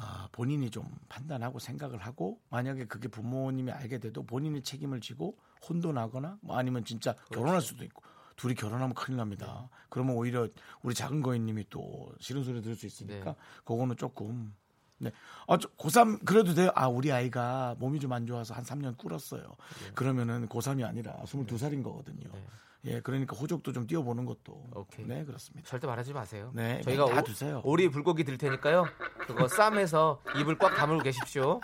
S1: 아, 본인이 좀 판단하고 생각을 하고 만약에 그게 부모님이 알게 돼도 본인이 책임을 지고 혼돈하거나 뭐 아니면 진짜
S2: 그렇죠.
S1: 결혼할 수도 있고 둘이 결혼하면 큰일 납니다.
S2: 네.
S1: 그러면 오히려 우리 작은 거인님이 또 싫은 소리 들을 수 있으니까
S2: 네.
S1: 그거는 조금 네. 아, 고3 그래도 돼요. 아, 우리 아이가 몸이 좀 안 좋아서 한 3년 꿇었어요.
S2: 예.
S1: 그러면은 고3이 아니라
S2: 네.
S1: 22살인 거거든요. 예, 그러니까 호적도 좀 띄워보는 것도
S2: 오케이.
S1: 네, 그렇습니다.
S2: 절대 말하지 마세요.
S1: 네,
S2: 저희가
S1: 다
S2: 오-
S1: 두세요.
S2: 오리 불고기 드릴 테니까요. 그거 쌈해서 입을 꽉 다물고 계십시오.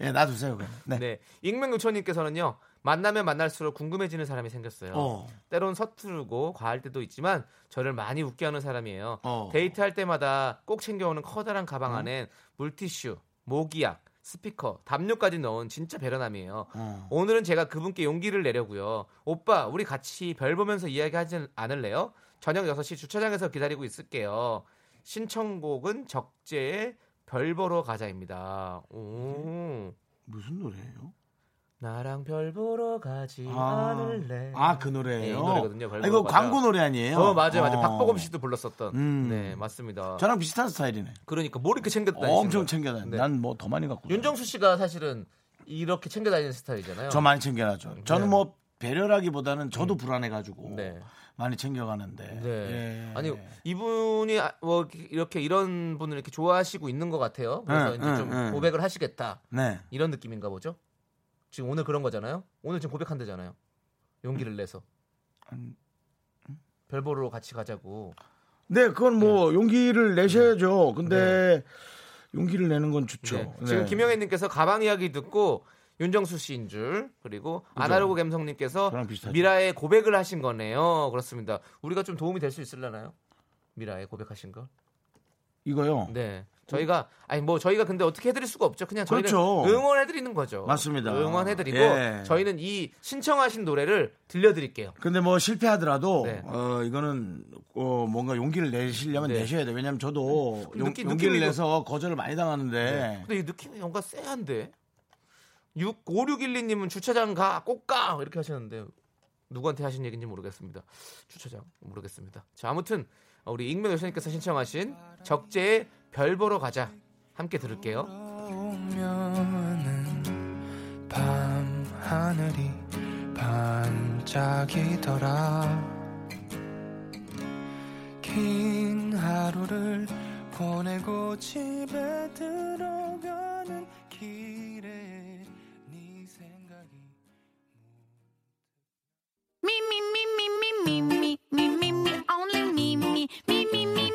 S1: 예, 놔두세요. 그럼. 네.
S2: 네. 익명 요청님께서는요. 만나면 만날수록 궁금해지는 사람이 생겼어요.
S1: 어.
S2: 때론 서투르고 과할 때도 있지만 저를 많이 웃게 하는 사람이에요.
S1: 어.
S2: 데이트할 때마다 꼭 챙겨오는 커다란 가방 안엔 물티슈, 모기약, 스피커, 담요까지 넣은 진짜 배려남이에요.
S1: 어.
S2: 오늘은 제가 그분께 용기를 내려고요. 오빠, 우리 같이 별 보면서 이야기하지 않을래요? 저녁 6시 주차장에서 기다리고 있을게요. 신청곡은 적재의 별 보러 가자입니다. 오.
S1: 무슨 노래예요?
S2: 나랑 별 보러 가지 않을래.
S1: 아, 그 노래예요.
S2: 네, 이 노래거든요,
S1: 아,
S2: 별보러
S1: 이거
S2: 가자.
S1: 광고 노래 아니에요?
S2: 어 맞아요 맞아요
S1: 어.
S2: 박보검 씨도 불렀었던
S1: 음.
S2: 네 맞습니다
S1: 저랑 비슷한 스타일이네.
S2: 그러니까 뭘 이렇게 챙겼다
S1: 엄청 챙겨다니.
S2: 네.
S1: 난뭐 더 많이 갖고.
S2: 윤정수 씨가 사실은 이렇게 챙겨다니는 스타일이잖아요
S1: 저 많이 챙겨놔죠. 저는
S2: 네.
S1: 뭐 배려라기보다는 저도 불안해가지고
S2: 네.
S1: 많이 챙겨가는데.
S2: 네.
S1: 예.
S2: 아니 이분이 아, 뭐 이렇게 이런 분을 이렇게 좋아하시고 있는 것 같아요 그래서
S1: 네,
S2: 이제
S1: 네,
S2: 좀
S1: 네.
S2: 고백을 하시겠다
S1: 네.
S2: 이런 느낌인가 보죠 지금 오늘 그런 거잖아요 오늘 지금 고백한대잖아요
S1: 음.
S2: 용기를 내서 별 보러 같이 가자고
S1: 네, 그건 뭐 용기를 내셔야죠. 근데 용기를 내는 건 좋죠.
S2: 네. 지금
S1: 네.
S2: 김영애님께서 가방 이야기 듣고 윤정수 씨인 줄 그리고 아나로그 감성님께서
S1: 저랑 비슷하죠.
S2: 미라에 고백을 하신 거네요. 그렇습니다. 우리가 좀 도움이 될 수 있을라나요? 미라에 고백하신 걸.
S1: 이거요.
S2: 네. 저희가 아니 뭐 저희가 근데 어떻게 해드릴 수가 없죠. 그냥 저희는
S1: 그렇죠.
S2: 응원해드리는 거죠.
S1: 맞습니다.
S2: 응원해드리고
S1: 예.
S2: 저희는 이 신청하신 노래를 들려드릴게요.
S1: 근데 뭐 실패하더라도
S2: 네.
S1: 어 이거는 어 뭔가 용기를 내시려면
S2: 네.
S1: 내셔야 돼. 요 왜냐면 저도
S2: 그
S1: 용, 기
S2: 느낌-
S1: 를
S2: 느낌이 네.
S1: 내서 거절을 많이 당하는데
S2: 근데 이 느낌이 뭔가 쎄한데. 6 5612님은 주차장 가, 꼭 가! 이렇게 하셨는데, 누구한테 하신 얘기인지 모르겠습니다. 주차장, 모르겠습니다. 자, 아무튼, 우리 익명 여사님께서 신청하신 적재의 별 보러 가자. 함께 들을게요.
S4: 오면은 밤 하늘이 반짝이더라. 긴 하루를 보내고 집에 들어가는 길에 네 생각이.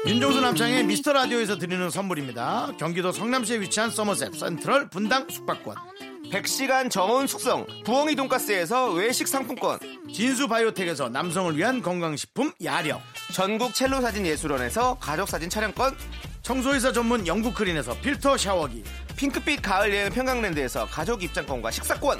S1: 윤종수 남창의 미스터 라디오에서 드리는 선물입니다. 경기도 성남시에 위치한 서머셋 센트럴 분당 숙박권,
S2: 100시간 정원 숙성, 부엉이 돈가스에서 외식 상품권,
S1: 진수 바이오텍에서 남성을 위한 건강식품 야력,
S2: 전국 첼로 사진 예술원에서 가족사진 촬영권,
S1: 청소이사 전문 영국 크린에서 필터 샤워기,
S2: 핑크빛 가을 여행 평강랜드에서 가족 입장권과 식사권,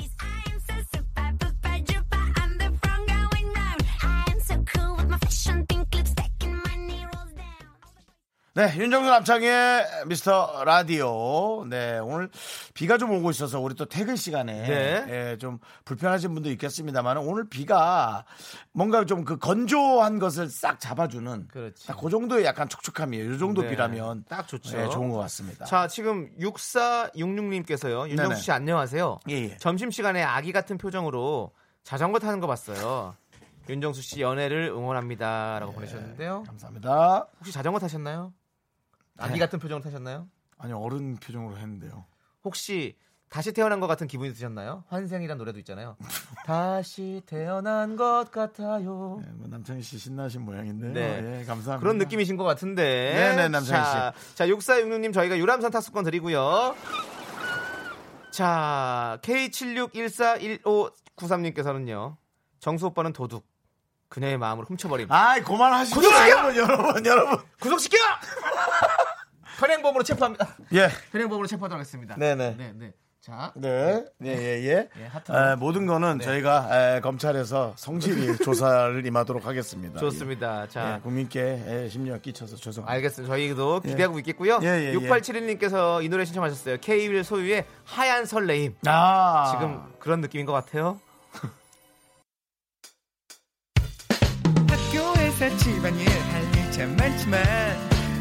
S1: 네, 윤정수 남창의 미스터 라디오. 네, 오늘 비가 좀 오고 있어서 우리 또 퇴근 시간에
S2: 네.
S1: 예, 좀 불편하신 분도 있겠습니다만 오늘 비가 뭔가 좀 그 건조한 것을 싹 잡아주는
S2: 그렇지.
S1: 딱그 정도의 약간 촉촉함이에요. 이 정도
S2: 네,
S1: 비라면
S2: 딱 좋죠.
S1: 예, 좋은 것 같습니다.
S2: 자, 지금 6466님께서요. 윤정수 씨 안녕하세요.
S1: 예, 예.
S2: 점심시간에 아기 같은 표정으로 자전거 타는 거 봤어요. 윤정수 씨 연애를 응원합니다라고 보내셨는데요.
S1: 감사합니다.
S2: 혹시 자전거 타셨나요?
S1: 네.
S2: 아기 같은 표정을 타셨나요?
S1: 아니 어른 표정으로 했는데요.
S2: 혹시 다시 태어난 것 같은 기분이 드셨나요? 환생이란 노래도 있잖아요. 다시 태어난 것 같아요.
S1: 네, 뭐 남창희 씨 신나신 모양인데요.
S2: 네.
S1: 예, 감사합니다.
S2: 그런 느낌이신 것 같은데.
S1: 네네, 남창희
S2: 자, 자, 6466님 저희가 유람선 탑승권 드리고요. 자, K76141593님께서는요. 정수 오빠는 도둑. 그녀의 마음을 훔쳐버림.
S1: 아이 그만하시죠.
S2: 구독하세요!
S1: 여러분 여러분 여러분.
S2: 구속시켜! 현행범으로 체포합니다.
S1: 예.
S2: 현행범으로 체포하도록 하겠습니다.
S1: 네네.
S2: 네, 네. 자,
S1: 네. 예, 예, 예.
S2: 예, 네. 하트.
S1: 에, 모든 거는 저희가 에, 검찰에서 성실히 조사를 임하도록 하겠습니다.
S2: 좋습니다.
S1: 예.
S2: 자,
S1: 예, 국민께 에, 심려 끼쳐서 죄송합니다.
S2: 알겠습니다. 저희도 기대하고 있겠고요.
S1: 예, 예, 예.
S2: 6871님께서 이 노래 신청하셨어요. K1 소유의 하얀 설레임.
S1: 아,
S2: 지금 그런 느낌인 것 같아요.
S6: 학교에서 집안일 할 일 참 많지만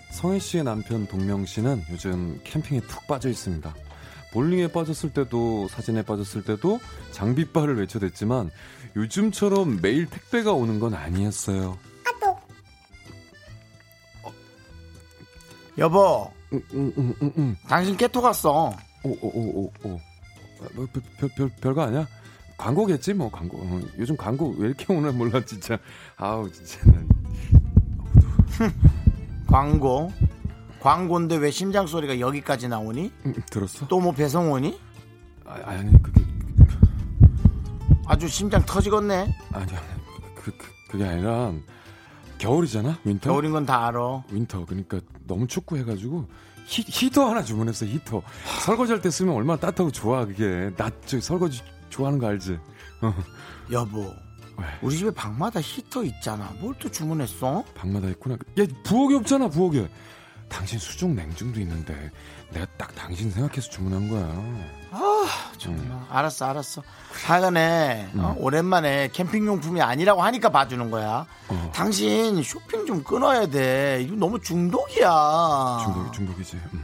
S7: 성혜 씨의 남편 동명 씨는 요즘 캠핑에 푹 빠져 있습니다. 볼링에 빠졌을 때도 사진에 빠졌을 때도 장비빨을 외쳐댔지만 요즘처럼 매일 택배가 오는 건 아니었어요.
S1: 여보,
S7: 음, 응응응응.
S1: 당신 깨톡 왔어.
S7: 오오오오. 어. 아, 뭐 별별 별거 아니야? 광고겠지 뭐 광고. 어, 요즘 광고 왜 이렇게 오나 몰라 진짜. 아우 진짜. 난.
S1: 광고. 광고인데 왜 심장 소리가 여기까지 나오니?
S7: 음, 들었어?
S1: 또 뭐 배송 오니?
S7: 아, 아니 그게
S1: 아주 심장 터지겠네.
S7: 아니야. 그, 그 그게 아니라 겨울이잖아 윈터.
S1: 겨울인 건 다 알아.
S7: 윈터 그러니까 너무 춥고 해가지고 히, 히터 하나 주문했어 히터 설거지할 때 쓰면 얼마나 따뜻하고 좋아 그게 나 저 설거지 좋아하는 거 알지 어,
S1: 여보,
S7: 왜?
S1: 우리 집에 방마다 히터 있잖아. 뭘 또 주문했어?
S7: 방마다 있구나 야 부엌이 없잖아 부엌에 당신 수중 냉증도 있는데 내가 딱 당신 생각해서 주문한 거야.
S1: 아,
S7: 음,
S1: 정말. 알았어, 알았어. 하여간에 어, 오랜만에 캠핑용품이 아니라고 하니까 봐주는 거야.
S7: 어.
S1: 당신 쇼핑 좀 끊어야 돼. 이거 너무 중독이야.
S7: 중독 중독이지. 음.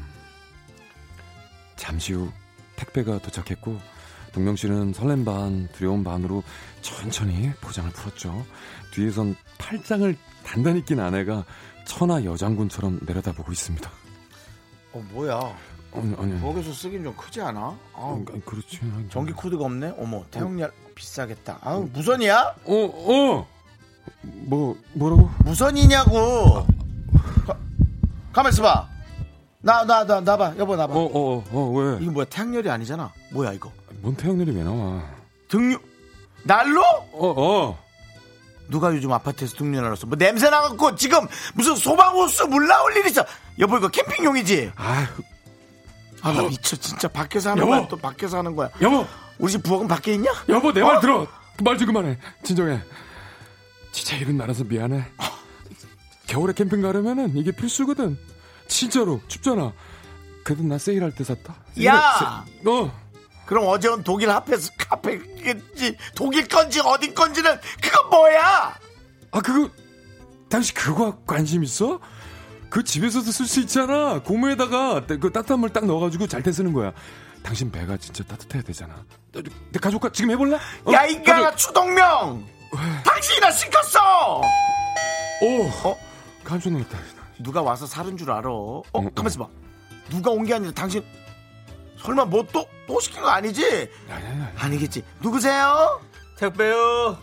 S7: 잠시 후 택배가 도착했고 동명 씨는 설렘 반 두려움 반으로 천천히 포장을 풀었죠. 뒤에선 팔짱을 단단히 낀 아내가 천하 여장군처럼 내려다보고 있습니다.
S1: 어, 뭐야.
S7: 아니 아니.
S1: 거기서 쓰긴 좀 크지 않아? 아,
S7: 음, 아니, 음. 그렇지. 아니,
S1: 어? 전기 코드가 없네. 어머, 태용열 비싸겠다. 아우, 무선이야?
S7: 어, 어. 뭐 뭐라고?
S1: 무선이냐고. 가, 가만 있어 봐. 나, 나, 나, 나 봐. 여보, 나 봐.
S7: 어, 어, 어, 왜?
S1: 이거 뭐야? 태양열이 아니잖아. 뭐야, 이거?
S7: 뭔 태양열이 왜 나와?
S1: 등유 난로?
S7: 어, 어.
S1: 누가 요즘 아파트에서 등유난로써? 뭐 냄새 나갖고 지금 무슨 소방호수 물 나올 일 있어? 여보 이거 캠핑용이지?
S7: 아,
S1: 아 나 미쳐 진짜 밖에서 하는
S7: 어. 여보.
S1: 거야 또 밖에서 하는 거야.
S7: 여보,
S1: 우리 집 부엌은 밖에 있냐?
S7: 여보 내 말 들어. 말 좀 그만해. 진정해. 진짜 이름 말아서 미안해. 겨울에 캠핑 가려면은 이게 필수거든. 진짜로 춥잖아. 그래도 나 세일할 때 샀다.
S1: 야!
S7: 세일- 어,
S1: 그럼 어제 온 독일 카페에서 카페겠지 독일 건지 어딘 건지는 그거 뭐야?
S7: 아 그거 당신 그거 관심 있어? 그 집에서도 쓸 수 있잖아. 고무에다가 따- 그 따뜻한 물 딱 넣어가지고 잘 때 쓰는 거야. 당신 배가 진짜 따뜻해야 되잖아. 너- 내 가족과 지금 해볼래? 어?
S1: 야 인간아
S7: 가족-
S1: 추동명
S2: 어.
S1: 당신이나 시켰어
S7: 오,
S1: 어?
S7: 깜짝 놀랐다.
S1: 누가 와서 사는 줄 알아 어
S2: 음,
S1: 가만있어 봐 누가 온 게 아니라 당신 설마 뭐 또 또 시킨 거 아니지
S7: 아니야,
S1: 아니겠지 누구세요
S2: 택배요.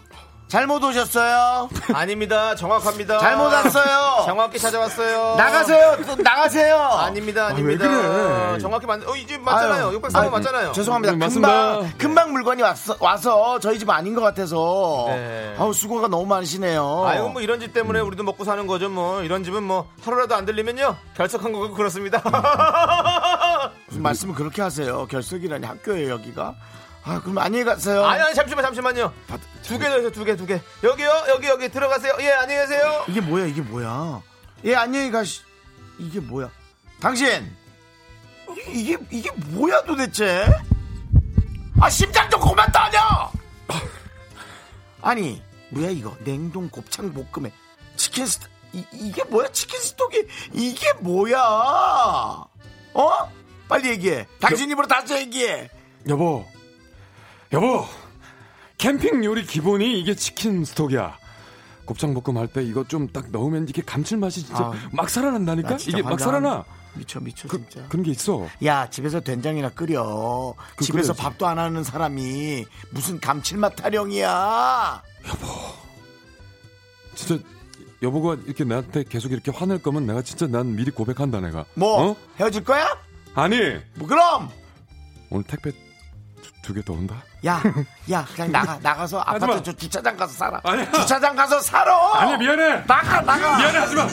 S1: 잘못 오셨어요
S2: 아닙니다. 정확합니다.
S1: 잘못 왔어요
S2: 정확히 찾아왔어요.
S1: 나가세요 또 나가세요
S2: 아닙니다.
S7: 왜
S2: 아닙니다.
S7: 그래?
S2: 정확히 맞. 어 이제 맞잖아요.
S1: 아유,
S2: 육박사번
S1: 아유,
S2: 맞잖아요.
S1: 죄송합니다.
S7: 네, 맞습니다.
S1: 금방 금방 물건이 왔어, 와서 저희 집 아닌 것 같아서
S2: 네.
S1: 아우 수고가 너무 많으시네요.
S2: 아유 뭐 이런 집 때문에
S1: 음.
S2: 우리도 먹고 사는 거죠 뭐 이런 집은 뭐 하루라도 안 들리면요 결석한 거고 그렇습니다.
S1: 무슨 말씀을 그렇게 하세요? 결석이라니 학교예요 여기가. 아 그럼 안녕히 가세요.
S2: 아니 아니 잠시만 잠시만요. 두 개 더 있어요 두 개 두 개. 여기요 여기 여기 들어가세요. 예 안녕히 계세요.
S1: 이게 뭐야 이게 뭐야? 예 안녕히 가시. 이게 뭐야? 당신 이게 이게 뭐야 도대체? 아 심장 좀 그만 다녀. 아니 뭐야 이거 냉동 곱창 볶음에 치킨 스톡 이, 이게 뭐야 치킨 스톡이 이게 뭐야? 어? 빨리 얘기해. 당신 입으로 다시 얘기해.
S7: 여보, 여보, 캠핑 요리 기본이 이게 치킨 스톡이야. 곱창볶음 할 때 이거 좀 딱 넣으면 이게 감칠맛이 진짜
S1: 아,
S7: 막 살아난다니까?
S1: 나 진짜
S7: 이게 막
S1: 환장.
S7: 살아나.
S1: 미쳐 미쳐
S7: 그,
S1: 진짜.
S7: 그런 게 있어.
S1: 야 집에서 된장이나 끓여
S7: 그
S1: 집에서
S7: 끓여야지.
S1: 밥도 안 하는 사람이 무슨 감칠맛 타령이야
S7: 진짜 여보가 이렇게 나한테 계속 이렇게 화낼 거면 내가 진짜 난 미리 고백한다 내가.
S1: 뭐
S7: 어?
S1: 헤어질 거야?
S7: 아니
S1: 뭐 그럼
S7: 오늘 택배 두 개 더 온다.
S1: 야, 야, 그냥 나가, 나가서 아파트
S7: 하지 마.
S1: 저 주차장 가서 살아.
S7: 아니야.
S1: 주차장 가서 살아.
S7: 아니 미안해.
S1: 어. 나가, 나가.
S7: 미안해 하지 마.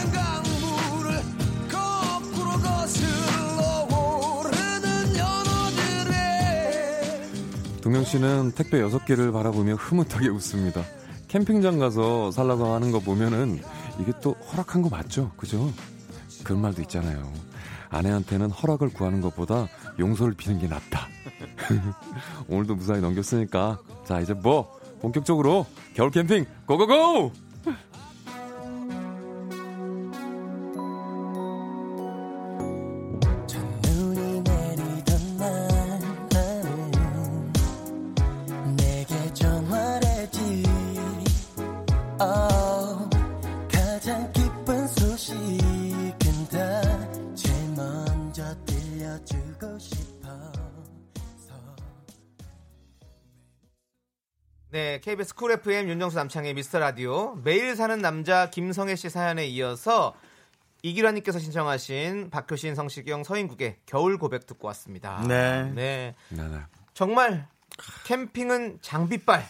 S7: 동영 씨는 택배 여섯 개를 바라보며 흐뭇하게 웃습니다. 캠핑장 가서 살라고 하는 거 보면은 이게 또 허락한 거 맞죠? 그죠? 그런 말도 있잖아요. 아내한테는 허락을 구하는 것보다 용서를 비는 게 낫다. 오늘도 무사히 넘겼으니까 자 이제 뭐 본격적으로 겨울 캠핑 고고고!
S4: 눈이 내리던 날 나는 내게 전화를 했지
S8: Oh.
S4: 어, 가장 기쁜 소식은 다 제일 먼저 들려주고 싶어서
S2: 네, KBS 쿨 FM 윤정수 남창의 미스터 라디오 매일 사는 남자 김성애 씨 사연에 이어서 이기란님께서 신청하신 박효신 성시경 서인국의 겨울 고백 듣고 왔습니다.
S1: 네.
S2: 네,
S7: 나나
S2: 정말 캠핑은 장비빨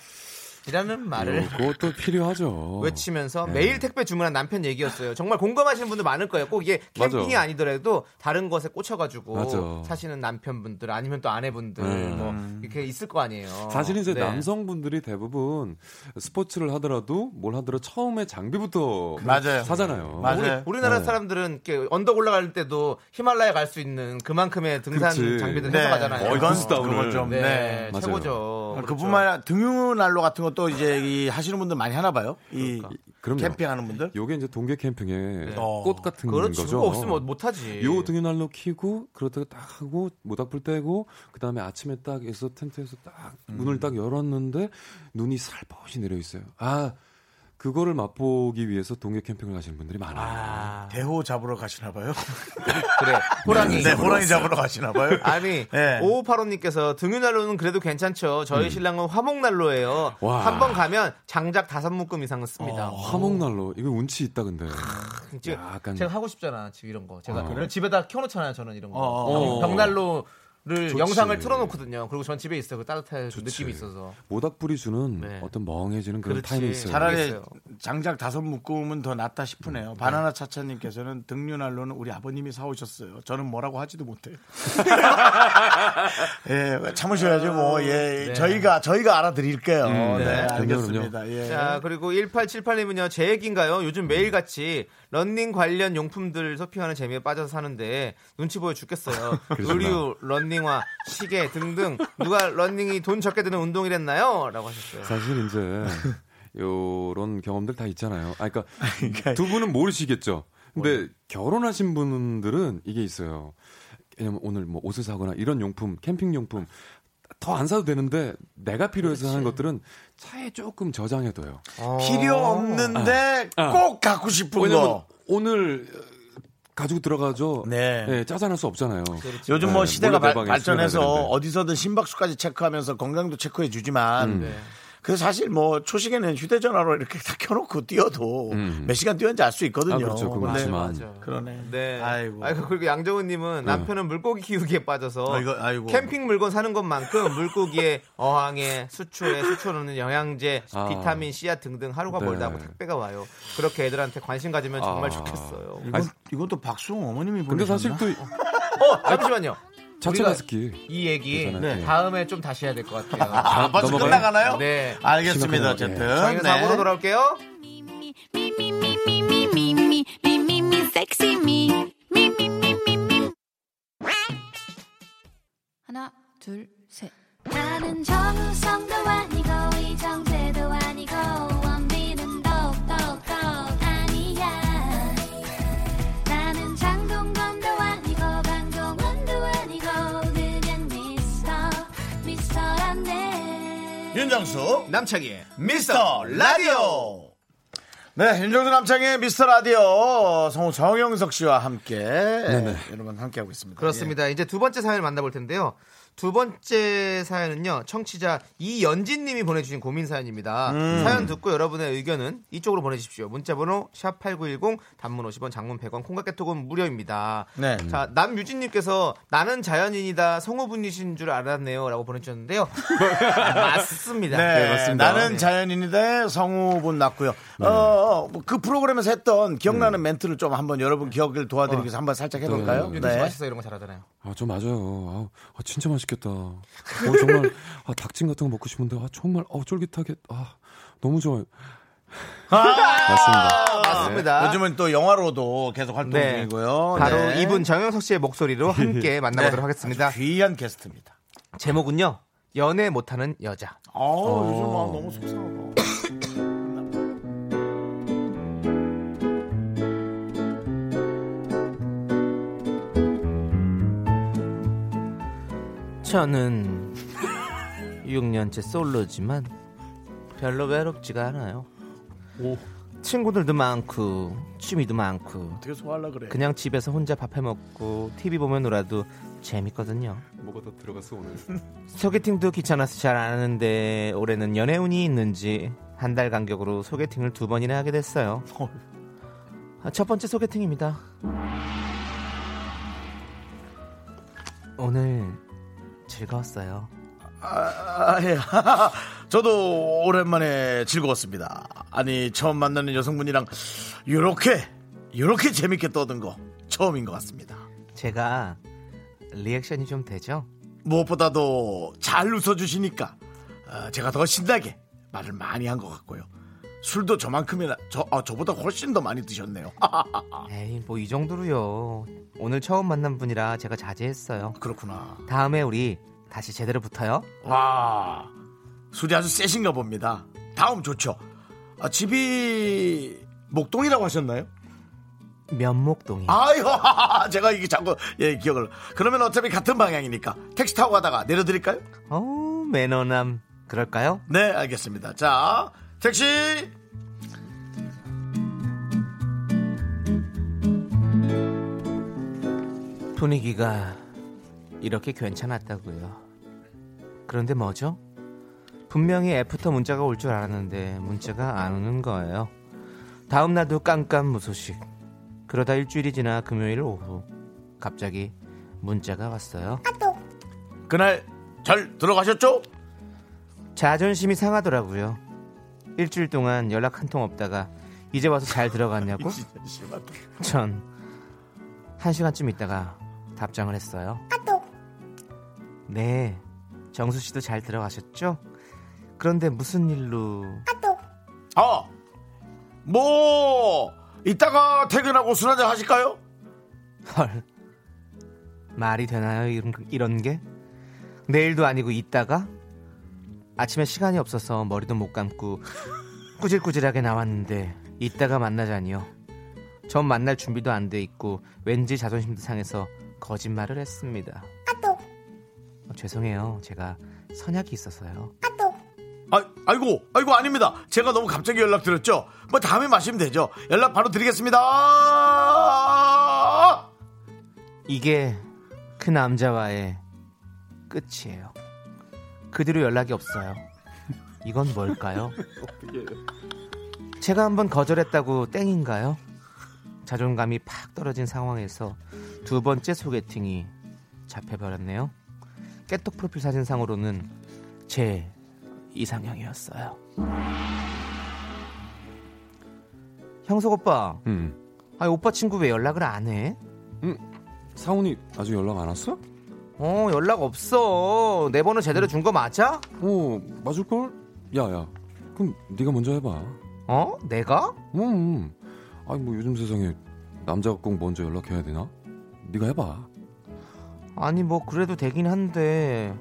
S2: 이라는
S7: 음.
S2: 말을
S7: 어, 그것도 필요하죠.
S2: 외치면서
S7: 네.
S2: 매일 택배 주문한 남편 얘기였어요. 정말 공감하시는 분들 많을 거예요. 꼭 이게
S7: 맞아.
S2: 캠핑이 아니더라도 다른 것에 꽂혀가지고
S7: 맞아.
S2: 사시는 남편분들 아니면 또 아내분들
S7: 음.
S2: 뭐 이렇게 있을 거 아니에요.
S7: 사실 이제
S2: 네.
S7: 남성분들이 대부분 스포츠를 하더라도 뭘 하더라도 처음에 장비부터
S1: 맞아요. 음,
S7: 사잖아요.
S1: 맞아요.
S2: 우리, 우리나라
S7: 네.
S2: 사람들은 이렇게 언덕 올라갈 때도 히말라야 갈 수 있는 그만큼의 등산
S7: 그치.
S2: 장비들 해서 가잖아요.
S7: 거의
S1: 네. 그건
S7: 군수다, 오늘.
S1: 그거 좀.
S2: 네,
S1: 어, 네.
S7: 맞아요.
S2: 최고죠.
S1: 그뿐만 아니라 등유난로 같은 것도 이제 이 하시는 분들 많이 하나 봐요. 이
S7: 그럼요.
S1: 캠핑하는 분들.
S7: 요게 이제 동계 캠핑의
S1: 어.
S7: 꽃 같은
S2: 네. 그렇지.
S7: 거죠.
S2: 그거 없으면 못하지.
S7: 요 등유난로 키고 그렇다가 딱 하고 모닥불 떼고 그 다음에 아침에 딱 해서 텐트에서 딱
S2: 음.
S7: 문을 딱 열었는데 눈이 살포시 내려 있어요. 아 그거를 맛보기 위해서 동계 캠핑을 가시는 분들이 많아요.
S2: 아,
S1: 대호 잡으러 가시나 봐요.
S2: 그래. 호랑이.
S1: 네, 호랑이 잡으러 가시나 봐요.
S2: 아니
S7: 예.
S1: 네.
S2: 5585님께서 등유난로는 그래도 괜찮죠. 저희 신랑은 화목난로예요.
S7: 음. 와.
S2: 한 번 가면 장작 다섯 묶음 이상은 씁니다.
S7: 화목난로 이거 운치 있다 근데.
S2: 지금
S7: 약간-
S2: 제가 하고 싶잖아. 지금 이런 거. 제가
S7: 아,
S2: 그래요? 집에다 켜놓잖아요. 저는 이런 거.
S7: 어.
S2: 벽난로를
S7: 좋지.
S2: 영상을 틀어놓거든요. 그리고 전 집에 있어요. 그 따뜻한 그
S7: 좋지.
S2: 느낌이 있어서.
S7: 모닥불이 주는
S2: 네.
S7: 어떤 멍해지는 그런
S2: 그렇지.
S7: 타임이 있어요.
S1: 차라리
S2: 모르겠어요.
S1: 장작 다섯 묶음은 더 낫다 싶으네요. 바나나 차차님께서는 등유난로는 우리 아버님이 사오셨어요. 저는 뭐라고 하지도 못해요. 예, 참으셔야죠. 뭐, 예,
S2: 네.
S1: 저희가 저희가 알아드릴게요. 네,
S7: 그럼요,
S1: 알겠습니다. 예.
S2: 자, 그리고 1878님은요, 제 얘기인가요? 요즘 매일같이 런닝 관련 용품들 소핑하는 재미에 빠져서 사는데 눈치 보여 죽겠어요.
S7: 그러셨나?
S2: 의류, 런닝화, 시계 등등. 누가 런닝이 돈 적게 드는 운동이랬나요? 라고 하셨어요.
S7: 사실 이제 요런 경험들 다 있잖아요. 아 그러니까 두 분은 모르시겠죠. 근데 결혼하신 분들은 이게 있어요. 왜냐면 오늘 뭐 옷을 사거나 이런 용품, 캠핑 용품 더 안 사도 되는데 내가 필요해서 하는 것들은 차에 조금 저장해둬요.
S1: 필요 없는데
S7: 아.
S1: 꼭 갖고 싶은
S7: 왜냐면
S1: 거.
S7: 오늘 어, 가지고 들어가죠.
S1: 네.
S7: 예, 짜잔할 수 없잖아요.
S1: 요즘 뭐
S7: 네,
S1: 시대가 발-
S7: 몰래 대박이
S1: 발전해서
S7: 있어야 되는데.
S1: 어디서든 심박수까지 체크하면서 건강도 체크해 주지만
S7: 음.
S1: 그래서 사실 뭐 초식에는 휴대전화로 이렇게 다 켜놓고 뛰어도 몇 시간 뛰었는지 알 수 있거든요.
S7: 음. 아, 그렇죠. 그건
S1: 근데
S7: 맞지만.
S1: 그러네.
S2: 네.
S1: 아이고.
S2: 아이고. 그리고 양정은님은 남편은 물고기 키우기에 빠져서
S1: 아, 이거, 아이고.
S2: 캠핑 물건 사는 것만큼 물고기에 어항에 수초에 수초로는 영양제,
S7: 아.
S2: 비타민 C야 등등 하루가
S7: 네.
S2: 멀다고 택배가 와요. 그렇게 애들한테 관심 가지면 정말
S7: 아.
S2: 좋겠어요.
S1: 이건, 이건 또 박수홍 어머님이
S7: 근데
S1: 보내셨나?
S7: 사실 그 또
S2: 어 잠시만요.
S7: 자체
S2: 우리가
S7: 가습기
S2: 이 얘기
S7: 괜찮아요. 네.
S2: 다음에 좀 다시 해야 될 것 같아요.
S1: 아, 벌써
S7: 넘어가요?
S1: 끝나가나요? 아,
S2: 네.
S1: 알겠습니다.
S7: 심각하네요.
S1: 어쨌든.
S2: 저희는
S1: 네.
S2: 사고로 돌아올게요.
S5: 하나 둘셋
S8: 나는 정우성도 아니고 이정재도 아니고 원빈은 더욱더 아니야 나는 장동건도 아니고 강동원도 아니고 그냥 미스터 미스터란데
S1: 윤정수.
S2: 남창희의
S1: 미스터 라디오. 네, 윤정수 남창의 미스터 라디오 성우 정영석 씨와 함께 여러분 함께 하고 있습니다.
S2: 그렇습니다. 이제 두 번째 사연을 만나볼 텐데요. 두 번째 사연은요, 청취자 이연진님이 보내주신 고민 사연입니다. 사연 듣고 여러분의 의견은 이쪽으로 보내주십시오. 문자번호 샵8910, 단문 50원, 장문 100원, 콩깍개톡은 무료입니다.
S1: 네.
S2: 자, 남유진님께서 나는 자연인이다, 성우분이신 줄 알았네요. 라고 보내주셨는데요. 맞습니다. 음.
S1: 네,
S7: 맞습니다.
S1: 나는 자연인인데 성우분 났고요. 어, 어, 그 프로그램에서 했던 기억나는 멘트를 좀 한번 여러분 기억을 도와드리기
S2: 어.
S1: 위해서 한번 살짝 해볼까요?
S7: 네.
S2: 유진 씨 맛있어 이런 거 잘하잖아요.
S7: 아, 저 맞아요. 아, 아, 진짜 맛있겠다. 어, 정말 아, 닭찜 같은 거 먹고 싶은데 아, 정말 어, 쫄깃하게 아, 너무 좋아요.
S1: 아!
S7: 맞습니다.
S2: 맞습니다.
S1: 요즘은 또 영화로도 계속 활동
S2: 네.
S1: 중이고요.
S2: 바로
S1: 네.
S2: 이분 정영석 씨의 목소리로 함께 만나보도록
S1: 네.
S2: 하겠습니다.
S1: 아주 귀한 게스트입니다.
S2: 제목은요. 연애 못하는 여자.
S1: 아우, 어, 요즘 막 너무 속상하다.
S2: 저는 6년째 솔로지만 별로 외롭지가 않아요. 친구들도 많고 취미도 많고
S1: 어떻게 소화하려 그래?
S2: 그냥 집에서 혼자 밥 해먹고 TV 보면 놀아도 재밌거든요.
S7: 뭐가 더 들어갔어 오늘?
S2: 소개팅도 귀찮아서 잘 안 하는데 올해는 연애운이 있는지 한 달 간격으로 소개팅을 두 번이나 하게 됐어요. 아, 첫 번째 소개팅입니다. 오늘 즐거웠어요.
S1: 아, 예. 저도 오랜만에 즐거웠습니다. 아니 처음 만나는 여성분이랑 요렇게 요렇게 재밌게 떠든 거 처음인 것 같습니다.
S2: 제가 리액션이 좀 되죠?
S1: 무엇보다도 잘 웃어주시니까 어, 제가 더 신나게 말을 많이 한 것 같고요. 술도 저만큼이나 저 아, 저보다 훨씬 더 많이 드셨네요. 아,
S2: 에이 뭐 이 정도로요. 오늘 처음 만난 분이라 제가 자제했어요.
S1: 그렇구나.
S2: 다음에 우리 다시 제대로 붙어요.
S1: 와 술이 아주 세신가 봅니다. 다음 좋죠. 아, 집이 목동이라고 하셨나요?
S2: 면목동이.
S1: 아유, 제가 이게 자꾸 예, 기억을. 그러면 어차피 같은 방향이니까 택시 타고 가다가 내려드릴까요?
S2: 어우 매너남. 그럴까요?
S1: 네, 알겠습니다. 자, 택시.
S2: 분위기가 이렇게 괜찮았다고요. 그런데 뭐죠? 분명히 애프터 문자가 올 줄 알았는데 문자가 안 오는 거예요. 다음 날도 깜깜 무소식. 그러다 일주일이 지나 금요일 오후 갑자기 문자가 왔어요.
S1: 그날 잘 들어가셨죠?
S2: 자존심이 상하더라고요. 일주일 동안 연락 한 통 없다가 이제 와서 잘 들어갔냐고?
S1: 진짜 심하다.
S2: 전 한 시간쯤 있다가 답장을 했어요. 네, 정수 씨도 잘 들어가셨죠? 그런데 무슨 일로?
S1: 아, 뭐, 이따가 퇴근하고 술 한잔 하실까요?
S2: 헐, 말이 되나요? 이런, 이런 게? 내일도 아니고 이따가? 아침에 시간이 없어서 머리도 못 감고 꾸질꾸질하게 나왔는데 이따가 만나자니요. 전 만날 준비도 안 돼 있고 왠지 자존심도 상해서 거짓말을 했습니다. 어, 죄송해요. 제가 선약이 있어서요.
S1: 아, 아이고, 아이고, 아닙니다. 제가 너무 갑자기 연락드렸죠? 뭐, 다음에 마시면 되죠. 연락 바로 드리겠습니다.
S2: 이게 그 남자와의 끝이에요. 그 뒤로 연락이 없어요. 이건 뭘까요? 제가 한번 거절했다고 땡인가요? 자존감이 팍 떨어진 상황에서 두 번째 소개팅이 잡혀버렸네요. 깨톡 프로필 사진상으로는 제 이상형이었어요. 형석 오빠,
S7: 음.
S2: 아 오빠 친구 왜 연락을 안 해?
S7: 사훈이 아직 연락 안 왔어?
S2: 어 연락 없어 내 번호 제대로 준 거 맞아?
S7: 어 맞을걸? 야야 그럼 네가 먼저 해봐
S2: 어 내가?
S7: 음, 음. 아니 뭐 요즘 세상에 남자가 꼭 먼저 연락해야 되나? 네가 해봐
S2: 아니 뭐 그래도 되긴 한데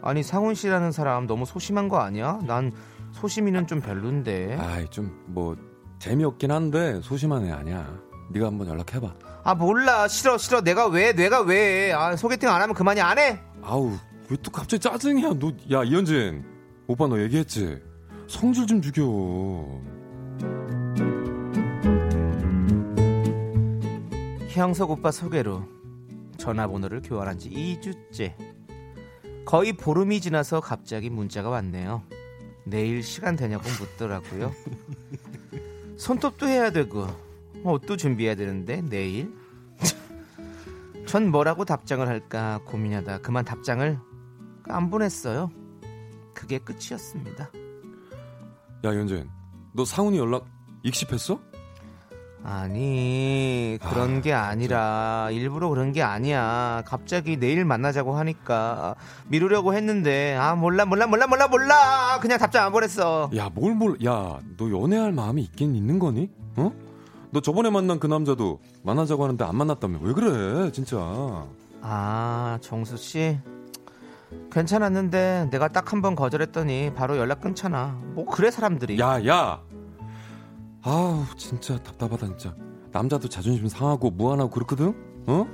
S2: 아니 상훈 씨라는 사람 너무 소심한 거 아니야? 난 소심이는 좀
S1: 네?
S2: 별론데
S7: 아이 좀 뭐 재미없긴 한데 소심한 애 아니야 네가 한번 연락해봐
S2: 아 몰라 싫어 싫어 내가 왜 내가 왜아 소개팅 안 하면 그만이 안 해?
S7: 아우 왜 또 갑자기 짜증이야 너 야 이현진 오빠 너 얘기했지? 성질 좀 죽여
S2: 형석 오빠 소개로 전화번호를 교환한 지 2주째. 거의 보름이 지나서 갑자기 문자가 왔네요. 내일 시간 되냐고 묻더라고요. 손톱도 해야 되고 뭐 옷도 준비해야 되는데 내일? 전 뭐라고 답장을 할까 고민하다 그만 답장을 안 보냈어요. 그게 끝이었습니다.
S7: 야 이현진 너 상훈이 연락 익십했어?
S2: 아니 그런 게 아니라 일부러 그런 게 아니야 갑자기 내일 만나자고 하니까 미루려고 했는데 아 몰라 몰라 몰라 몰라 몰라 그냥 답장 안 보냈어
S7: 야 뭘 뭘 야 너 연애할 마음이 있긴 있는 거니? 어? 너 저번에 만난 그 남자도 만나자고 하는데 안 만났다며 왜 그래 진짜
S2: 아 정수 씨 괜찮았는데 내가 딱 한 번 거절했더니 바로 연락 끊잖아 뭐 그래 사람들이
S7: 야 야. 아우 진짜 답답하다 진짜 남자도 자존심 상하고 무안하고 그렇거든 어?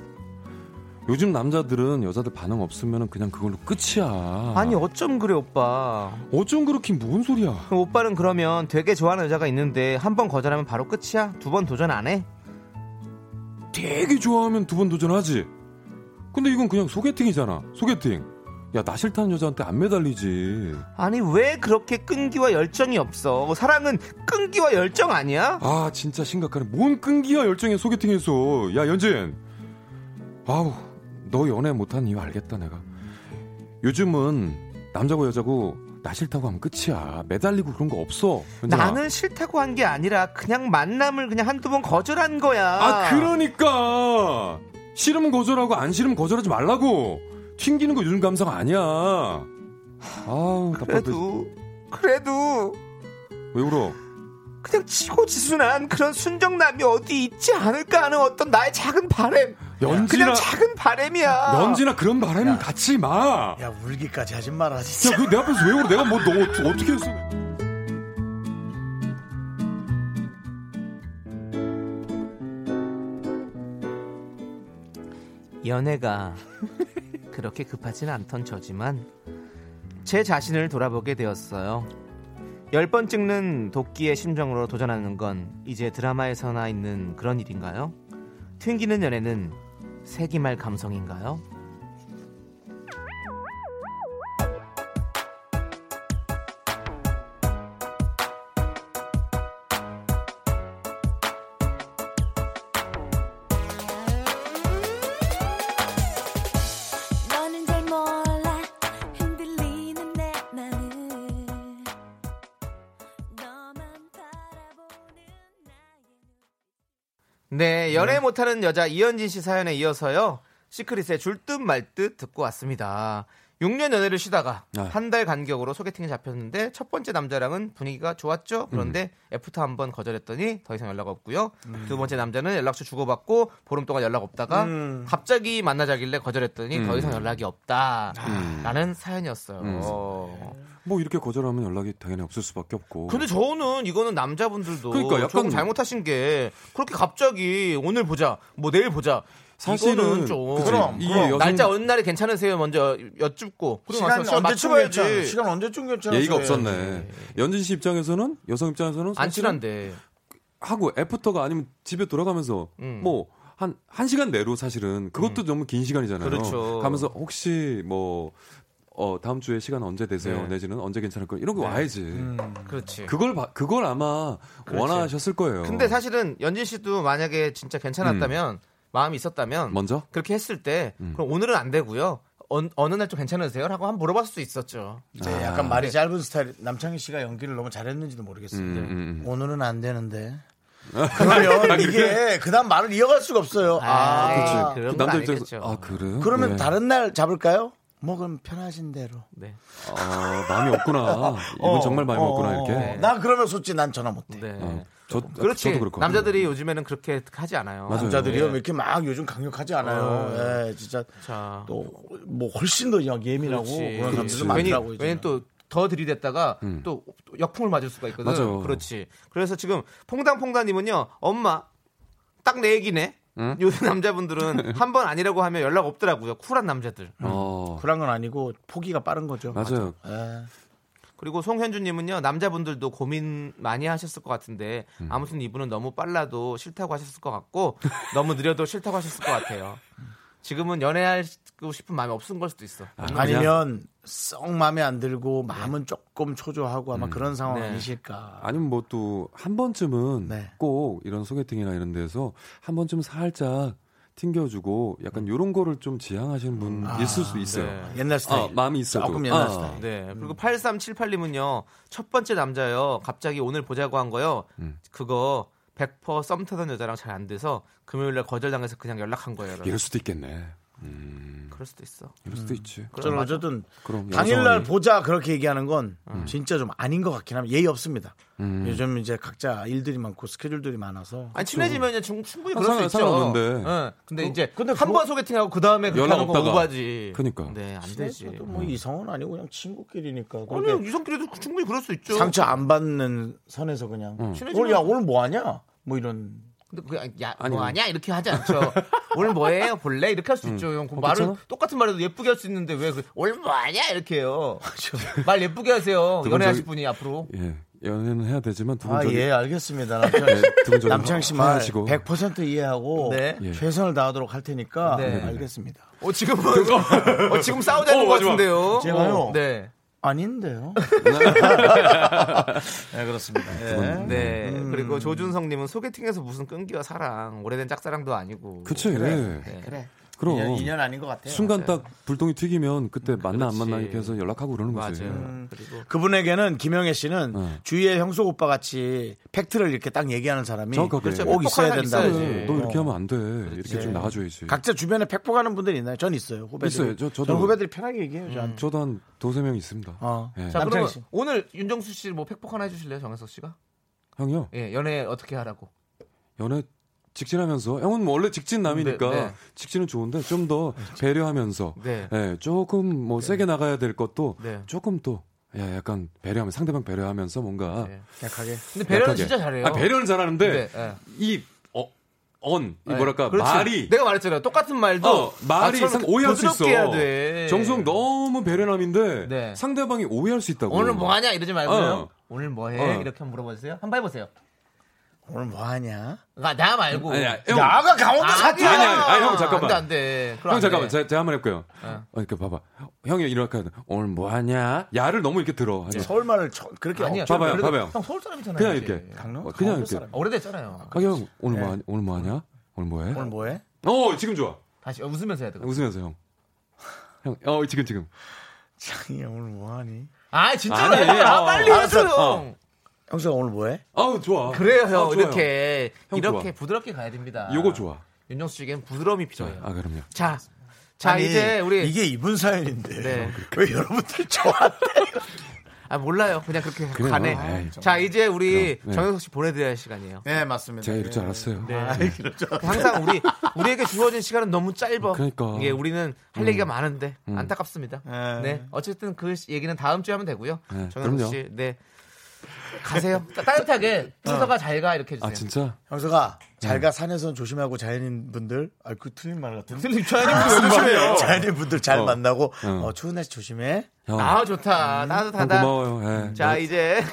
S7: 요즘 남자들은 여자들 반응 없으면 그냥 그걸로 끝이야
S2: 아니 어쩜 그래 오빠
S7: 어쩜 그렇게 뭔 소리야
S2: 그럼 오빠는 그러면 되게 좋아하는 여자가 있는데 한 번 거절하면 바로 끝이야 두 번 도전 안 해?
S7: 되게 좋아하면 두 번 도전하지. 근데 이건 그냥 소개팅이잖아. 소개팅. 야, 나 싫다는 여자한테 안 매달리지.
S2: 아니 왜 그렇게 끈기와 열정이 없어? 뭐 사랑은 끈기와 열정 아니야?
S7: 아, 진짜 심각하네. 뭔 끈기야, 열정에 소개팅에서. 야, 연진. 아우, 너 연애 못한 이유 알겠다, 내가. 요즘은 남자고 여자고 나 싫다고 하면 끝이야. 매달리고 그런 거 없어. 현정아.
S2: 나는 싫다고 한 게 아니라 그냥 만남을 그냥 한두 번 거절한 거야.
S7: 아 그러니까 싫으면 거절하고 안 싫으면 거절하지 말라고 튕기는 거 요즘 감성 아니야. 아 답답해.
S2: 그래도 그래도
S7: 왜 울어?
S2: 그냥 치고지순한 그런 순정남이 어디 있지 않을까 하는 어떤 나의 작은 바램.
S7: 연진아
S2: 그냥 작은 바램이야.
S7: 연진아 그런 바람이 갖지 마.
S1: 야 울기까지 하지 마라 진짜.
S7: 야, 그 내 앞에서 왜 울어? 내가 뭐 너 어떻게 했어?
S2: 연애가 그렇게 급하진 않던 저지만 제 자신을 돌아보게 되었어요. 열 번 찍는 도끼의 심정으로 도전하는 건 이제 드라마에서나 있는 그런 일인가요? 튕기는 연애는 세기말 감성인가요?
S8: 너는 잘 몰라 흔들리는 내 나는 너만 바라보는 나의
S2: 네, 연애 못하는 여자 이현진 씨 사연에 이어서요. 시크릿의 줄듯 말듯 듣고 왔습니다. 6년 연애를 쉬다가
S7: 아.
S2: 한 달 간격으로 소개팅에 잡혔는데 첫 번째 남자랑은 분위기가 좋았죠. 그런데 애프터 한 번 거절했더니 더 이상 연락 없고요. 두 번째 남자는 연락처 주고받고 보름 동안 연락 없다가 갑자기 만나자길래 거절했더니 더 이상 연락이 없다라는 사연이었어요.
S7: 음.
S2: 어.
S7: 뭐 이렇게 거절하면 연락이 당연히 없을 수밖에 없고.
S2: 근데 저는 이거는 남자분들도
S7: 그러니까 약간-
S2: 조금 잘못하신 게 그렇게 갑자기 오늘 보자 뭐 내일 보자 이거는 좀
S7: 그치?
S1: 그럼,
S7: 이
S1: 그럼.
S7: 여성-
S2: 날짜 어느 날이 괜찮으세요 먼저 여쭙고 그리고
S1: 시간
S2: 나서
S1: 언제쯤
S2: 맞춰야지.
S1: 결정? 시간 언제쯤 결정?
S7: 예의가 없었네. 연진 씨 입장에서는 여성 입장에서는
S2: 안
S7: 사실은
S2: 친한데
S7: 하고 애프터가 아니면 집에 돌아가면서
S2: 음.
S7: 뭐 한, 한 시간 내로 사실은 그것도 너무 긴 시간이잖아요.
S2: 그렇죠.
S7: 가면서 혹시 뭐, 어, 다음 주에 시간 언제 되세요?
S2: 네.
S7: 내지는 언제 괜찮을 거예요? 이런 거 와야지.
S1: 네.
S2: 그렇지
S7: 그걸, 봐- 그걸 아마
S2: 그렇지.
S7: 원하셨을 거예요.
S2: 그렇죠. 근데 사실은 연진 씨도 만약에 진짜 괜찮았다면 마음이 있었다면
S7: 먼저? 음.
S2: 그렇게 했을 때 그럼 오늘은 안 되고요 어, 어느 날 좀 괜찮으세요? 라고 한번 물어봤을 수 있었죠
S7: 아,
S1: 네, 약간 말이 짧은 스타일. 남창희 씨가 연기를 너무 잘했는지도 모르겠어요.
S7: 음,
S2: 네.
S7: 음, 음.
S1: 오늘은 안 되는데. 그러면 이게 그다음 말을 이어갈 수가 없어요. 아,
S2: 아이,
S7: 그치.
S2: 그런
S7: 그
S2: 건
S7: 남자
S2: 아니겠죠.
S7: 입장에서. 아, 그래요?
S1: 그러면
S7: 네.
S1: 다른 날 잡을까요? 뭐 그럼 편하신 대로.
S2: 네.
S7: 아, 마음이 없구나. 이분 정말 마음이
S1: 어,
S7: 없구나,
S1: 어,
S7: 이렇게.
S1: 어. 나 그러면 솔직히 난 전화 못해.
S2: 네.
S7: 어, 저,
S2: 그렇지.
S7: 저도 그렇고.
S2: 남자들이 요즘에는 그렇게 하지 않아요.
S7: 맞아요.
S1: 남자들이요
S2: 네.
S1: 왜 이렇게 막 요즘 강력하지 않아요.
S2: 어.
S1: 예, 진짜
S2: 자,
S1: 또 뭐 훨씬 더 약 예민하고
S2: 그렇지.
S1: 그런
S2: 그렇지.
S1: 사람들도 많더라고요.
S2: 괜히, 괜히 또더 들이댔다가 또, 또 역풍을 맞을 수가 있거든.
S7: 맞아요.
S2: 그렇지. 그래서 지금 퐁당퐁당님은요, 엄마 딱 내 얘기네. 요새 남자분들은 한 번 아니라고 하면 연락 없더라고요. 쿨한 남자들.
S7: 어,
S1: 그런 건 아니고 포기가 빠른 거죠.
S7: 맞아요.
S1: 예.
S2: 그리고 송현주님은요 남자분들도 고민 많이 하셨을 것 같은데 아무튼 이분은 너무 빨라도 싫다고 하셨을 것 같고 너무 느려도 싫다고 하셨을 것 같아요. 지금은 연애하고 싶은 마음이 없은 걸 수도 있어.
S1: 아니면 썩 마음에 안 들고
S7: 네.
S1: 마음은 조금 초조하고
S7: 음.
S1: 아마 그런 상황
S2: 네.
S1: 아니실까.
S7: 아니면 뭐 또 한 번쯤은
S1: 네.
S7: 꼭 이런 소개팅이나 이런 데서 한 번쯤 살짝 튕겨주고
S1: 음.
S7: 약간 요런 거를 좀 지향하시는 분 있을 수 있어요.
S2: 네.
S1: 옛날
S7: 아,
S1: 음. 스타일.
S7: 마음이 있어도.
S1: 조금 옛날
S7: 아,
S1: 스타일.
S2: 네. 그리고 8378님은요. 첫 번째 남자요. 갑자기 오늘 보자고 한 거요.
S7: 음.
S2: 그거 100%썸 타던 여자랑 잘 안 돼서 금요일 날 거절당해서 그냥 연락한 거예요. 여러분.
S7: 이럴 수도 있겠네. 음,
S2: 그럴 수도 있어.
S7: 이럴 수도 있지.
S1: 저는 어쨌든
S7: 그럼
S1: 당일날
S7: 여성이- 음.
S1: 보자 그렇게 얘기하는 건 진짜 좀 아닌 것 같긴 하면 예의 없습니다. 요즘 이제 각자 일들이 많고 스케줄들이 많아서
S2: 아니 친해지면 충- 충분히
S7: 아,
S2: 그럴 수
S7: 상관-
S2: 있죠.
S7: 상관없는데.
S2: 예. 근데 이제
S1: 근데
S2: 한
S1: 그거-
S2: 번 소개팅하고 그 다음에 그렇게
S7: 연락
S2: 하는 건
S7: 없다가.
S2: 오바지.
S7: 그러니까.
S2: 네, 안 되지.
S1: 친해져도 뭐 이성은 아니고 그냥 친구끼리니까 그렇게
S2: 아니요, 유성끼리도 충분히 그럴 수 있죠.
S1: 상처 안 받는 선에서
S7: 음.
S1: 그냥
S2: 친해지면-
S1: 오늘 야 오늘 뭐 하냐 뭐 이런
S2: 근데 그게 아니- 야,
S7: 아니요.
S2: 뭐 하냐 이렇게 하지 않죠. 오늘 뭐 해요? 볼래? 이렇게 할 수 있죠. 형. 그 말을
S7: 괜찮아?
S2: 똑같은 말해도 예쁘게 할 수 있는데 왜 그, 오늘 뭐 하냐 이렇게 해요. 말 예쁘게 하세요.
S7: 두분
S2: 연애하실
S7: 저기-
S2: 분이 앞으로.
S7: 예, 연애는 해야 되지만 두분
S1: 아
S7: 저기
S1: 예 알겠습니다 남창
S7: 네,
S1: 씨.
S7: 두분 저기
S1: 남창 씨 말
S7: 화하시고.
S1: 100% 이해하고
S2: 네.
S7: 예.
S1: 최선을 다하도록 할 테니까
S2: 네.
S1: 알겠습니다
S2: 어 지금은 어, 지금 싸우자는 것 같은데요.
S1: 제가요?
S2: 어, 네.
S1: 아닌데요 네 그렇습니다 예.
S2: 네.
S7: 음.
S2: 그리고 조준성님은 소개팅에서 무슨 끈기와 사랑, 오래된 짝사랑도 아니고. 네.
S7: 그치. 예.
S2: 그래.
S7: 그럼.
S1: 네. 인연, 네. 음, 인연 아닌 것 같아요.
S7: 순간
S2: 맞아요.
S7: 딱 불똥이 튀기면 그때 만나 안
S2: 그렇지.
S7: 만나 이렇게 해서 연락하고 그러는 거지.
S2: 맞아요. 그리고
S1: 그분에게는 김영애 씨는
S7: 네.
S1: 주위에 형수 오빠 같이 팩트를 이렇게 딱 얘기하는 사람이
S7: 정확하게. 그렇죠.
S1: 꼭 있어야
S2: 똑똑한
S1: 된다.
S2: 사람이
S7: 그래,
S2: 있어야지.
S7: 네. 너 이렇게 하면 안 돼. 이렇게 좀 나가줘야지.
S1: 각자 주변에 팩폭하는 분들 이 있나요? 전 있어요. 후배들.
S7: 있어요. 저- 저도.
S1: 전 후배들이 편하게 얘기해요.
S2: 음.
S1: 저한테.
S7: 저도 한 두세 명 있습니다.
S2: 아.
S1: 어.
S7: 예.
S2: 자
S1: 남창희
S2: 그러면
S1: 씨.
S2: 오늘 윤정수 씨 뭐 팩폭 하나 해주실래요 정혜석 씨가?
S7: 형이요.
S2: 예 연애 어떻게 하라고?
S7: 연애 직진하면서 형은 뭐 원래 직진 남이니까
S2: 네, 네.
S7: 직진은 좋은데 좀 더 배려하면서
S2: 네.
S7: 예, 조금 뭐 세게 나가야 될 것도
S2: 네.
S7: 조금 또 예, 약간 배려하면 상대방 배려하면서 뭔가
S2: 예.
S1: 약하게.
S2: 근데 배려는
S7: 약하게.
S2: 진짜 잘해요.
S7: 아, 배려는 잘하는데
S2: 네, 예.
S7: 이 어, 언, 이
S2: 예.
S7: 뭐랄까
S2: 그렇지.
S7: 말이
S2: 내가 말했잖아요. 똑같은 말도
S7: 어, 말이
S2: 나처럼
S7: 상- 오해할 수 있어.
S2: 부드럽게 해야 돼.
S7: 정수형 너무 배려남인데
S2: 네.
S7: 상대방이 오해할 수 있다고.
S2: 오늘 뭐 하냐 이러지 말고요.
S7: 어.
S2: 오늘 뭐 해?
S7: 어.
S2: 이렇게 한번 물어봐 주세요. 한번 해 보세요.
S1: 오늘 뭐 하냐?
S2: 그러니까 나 말고.
S7: 아니야, 형,
S1: 나가 강원도
S2: 아니,
S1: 사투야.
S7: 아니야, 아니야. 아니, 형, 잠깐만.
S2: 안 돼, 안 돼. 그럼
S7: 형
S2: 안
S7: 잠깐만
S2: 돼.
S7: 제가, 제가 한번 해볼게요. 어. 이렇게 봐봐. 형이 이렇게 하는 오늘 뭐 하냐? 야를 너무 이렇게 들어. 하죠.
S1: 서울 말을 저- 그렇게
S2: 아니야.
S1: 억지로-
S7: 어, 봐봐요,
S2: 그래도
S7: 봐봐요.
S2: 형 서울 사람이잖아요.
S7: 그냥
S2: 이제.
S7: 이렇게.
S1: 강릉?
S7: 어, 그냥
S1: 강원도
S7: 이렇게.
S1: 사람이.
S2: 오래됐잖아요.
S7: 아, 형 오늘 뭐 하냐? 오늘 뭐 하냐? 오늘 뭐 해?
S1: 오늘 뭐해?
S7: 어 지금 좋아.
S2: 다시 웃으면서 해야 돼.
S7: 웃으면서 형. 형, 어 지금 지금.
S1: 창이야 오늘 뭐하니?
S2: 아, 진짜로
S7: 아니,
S2: 해. 아,
S7: 어.
S2: 빨리
S1: 알았어.
S2: 웃어. 형.
S7: 어.
S1: 형수가 오늘 뭐해?
S7: 아우 좋아.
S2: 그래요,
S7: 아,
S2: 형.
S7: 좋아요.
S2: 이렇게
S7: 형
S2: 이렇게
S7: 좋아.
S2: 부드럽게 가야 됩니다.
S7: 요거 좋아.
S2: 윤정수 씨에겐 부드러움이 필요해요.
S7: 아 그럼요.
S2: 자. 자,
S1: 아니,
S2: 이제 우리
S1: 이게 이분 사연인데 어,
S2: 네.
S1: 왜 여러분들 저한테
S2: 아, 몰라요. 그냥 그렇게
S7: 그래요.
S2: 가네.
S7: 에이.
S2: 자, 이제 우리
S7: 그럼, 아, 네.
S2: 정영석 씨 보내 드려야 할 시간이에요.
S1: 네 맞습니다
S7: 제가 이럴 줄 알았어요. 아,
S2: 항상 우리 우리에게 주어진 시간은 너무 짧아.
S7: 네. 그러니까. 음.
S2: 이게 우리는 할 얘기가 많은데 안타깝습니다.
S1: 에.
S2: 네. 어쨌든 그 시- 얘기는 다음 주에 하면 되고요.
S7: 네,
S2: 정현우
S7: 그럼요.
S2: 씨, 네. 가세요. 따- 따뜻하게 순서가 잘 가 이렇게 해주세요.
S7: 아 진짜?
S1: 형수가 잘가 산에선 조심하고 자연인 분들 아그 틀린 말 같은
S2: 틀린 자연인
S1: 조심해요 자연인 분들 잘
S7: 어.
S1: 만나고
S7: 어.
S1: 어, 추운 날씨 조심해
S7: 형,
S2: 아 좋다.
S7: 형
S2: 따뜻하다.
S7: 음. 고마워요. 예.
S2: 자 이제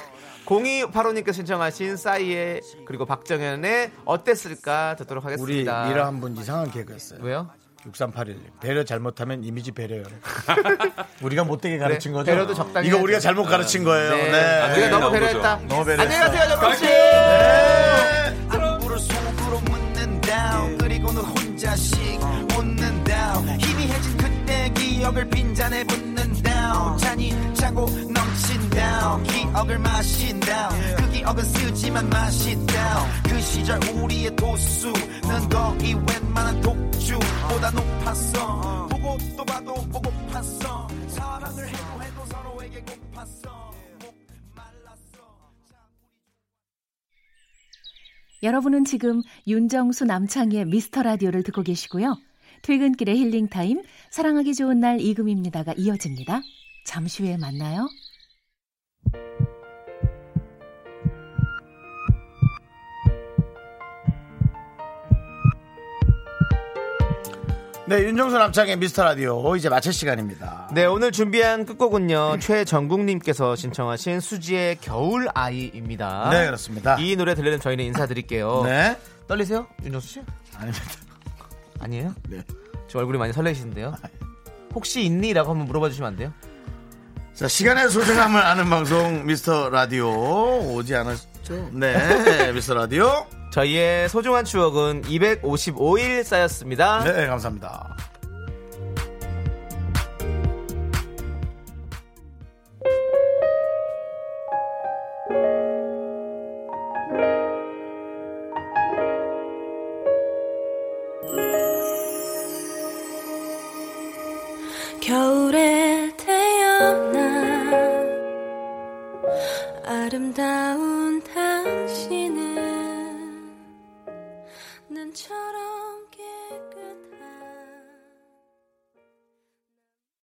S2: 0285님께 신청하신 싸이의 그리고 박정현의 어땠을까 듣도록
S1: 우리
S2: 하겠습니다.
S1: 미라 한 분 이상한 개그였어요
S2: 왜요?
S1: 6381 배려 잘못하면 이미지 배려요 우리가 못되게 가르친 거죠
S2: 배려도 적당히
S1: 이거
S2: 해야죠.
S1: 우리가 잘못 가르친 거예요 네,
S2: 네. 우리가 너무
S7: 나온 거죠.
S2: 배려했다.
S1: 너무 배려했어.
S2: 안녕히 가세요, 정수 씨.
S6: 안부를 속으로 묻는다 그리고는 혼자씩 웃는다 희미해진 그때 기억을 빈잔에 붓는다 잔이 차고 넘친다 기억을 마신다 그 기억은 쓰지만 맛있다 그 시절 우리의 도수는 거의 웬만한 독주보다 높았어 보고 또 봐도 보고팠어 사랑을 해도 해도 서로에게 고팠어 목 말랐어
S9: 여러분은 지금 윤정수 남창희의 미스터 라디오를 듣고 계시고요. 퇴근길의 힐링 타임, 사랑하기 좋은 날 이금입니다가 이어집니다. 잠시 후에 만나요.
S1: 네 윤정수 남창의 미스터 라디오 이제 마칠 시간입니다
S2: 네, 오늘 준비한 끝곡은요. 최정국님께서 신청하신 수지의 겨울 아이입니다.
S1: 네 그렇습니다
S2: 이 어. 노래 들리는 저희는 인사드릴게요.
S1: 네
S2: 떨리세요? 윤정수 씨?
S1: 아닙니다
S2: 아니에요?
S1: 네.
S2: 저 얼굴이 많이 설레시는데요.
S1: 아, 예.
S2: 혹시 있니? 라고 한번 물어봐 주시면 안 돼요?
S1: 자, 시간의 소중함을 아는 방송 미스터 라디오 오지 않았죠? 네, 미스터 라디오.
S2: 저희의 소중한 추억은 255일 쌓였습니다.
S1: 네, 감사합니다.
S8: 겨울에 태어난 아름다운 당신은 눈처럼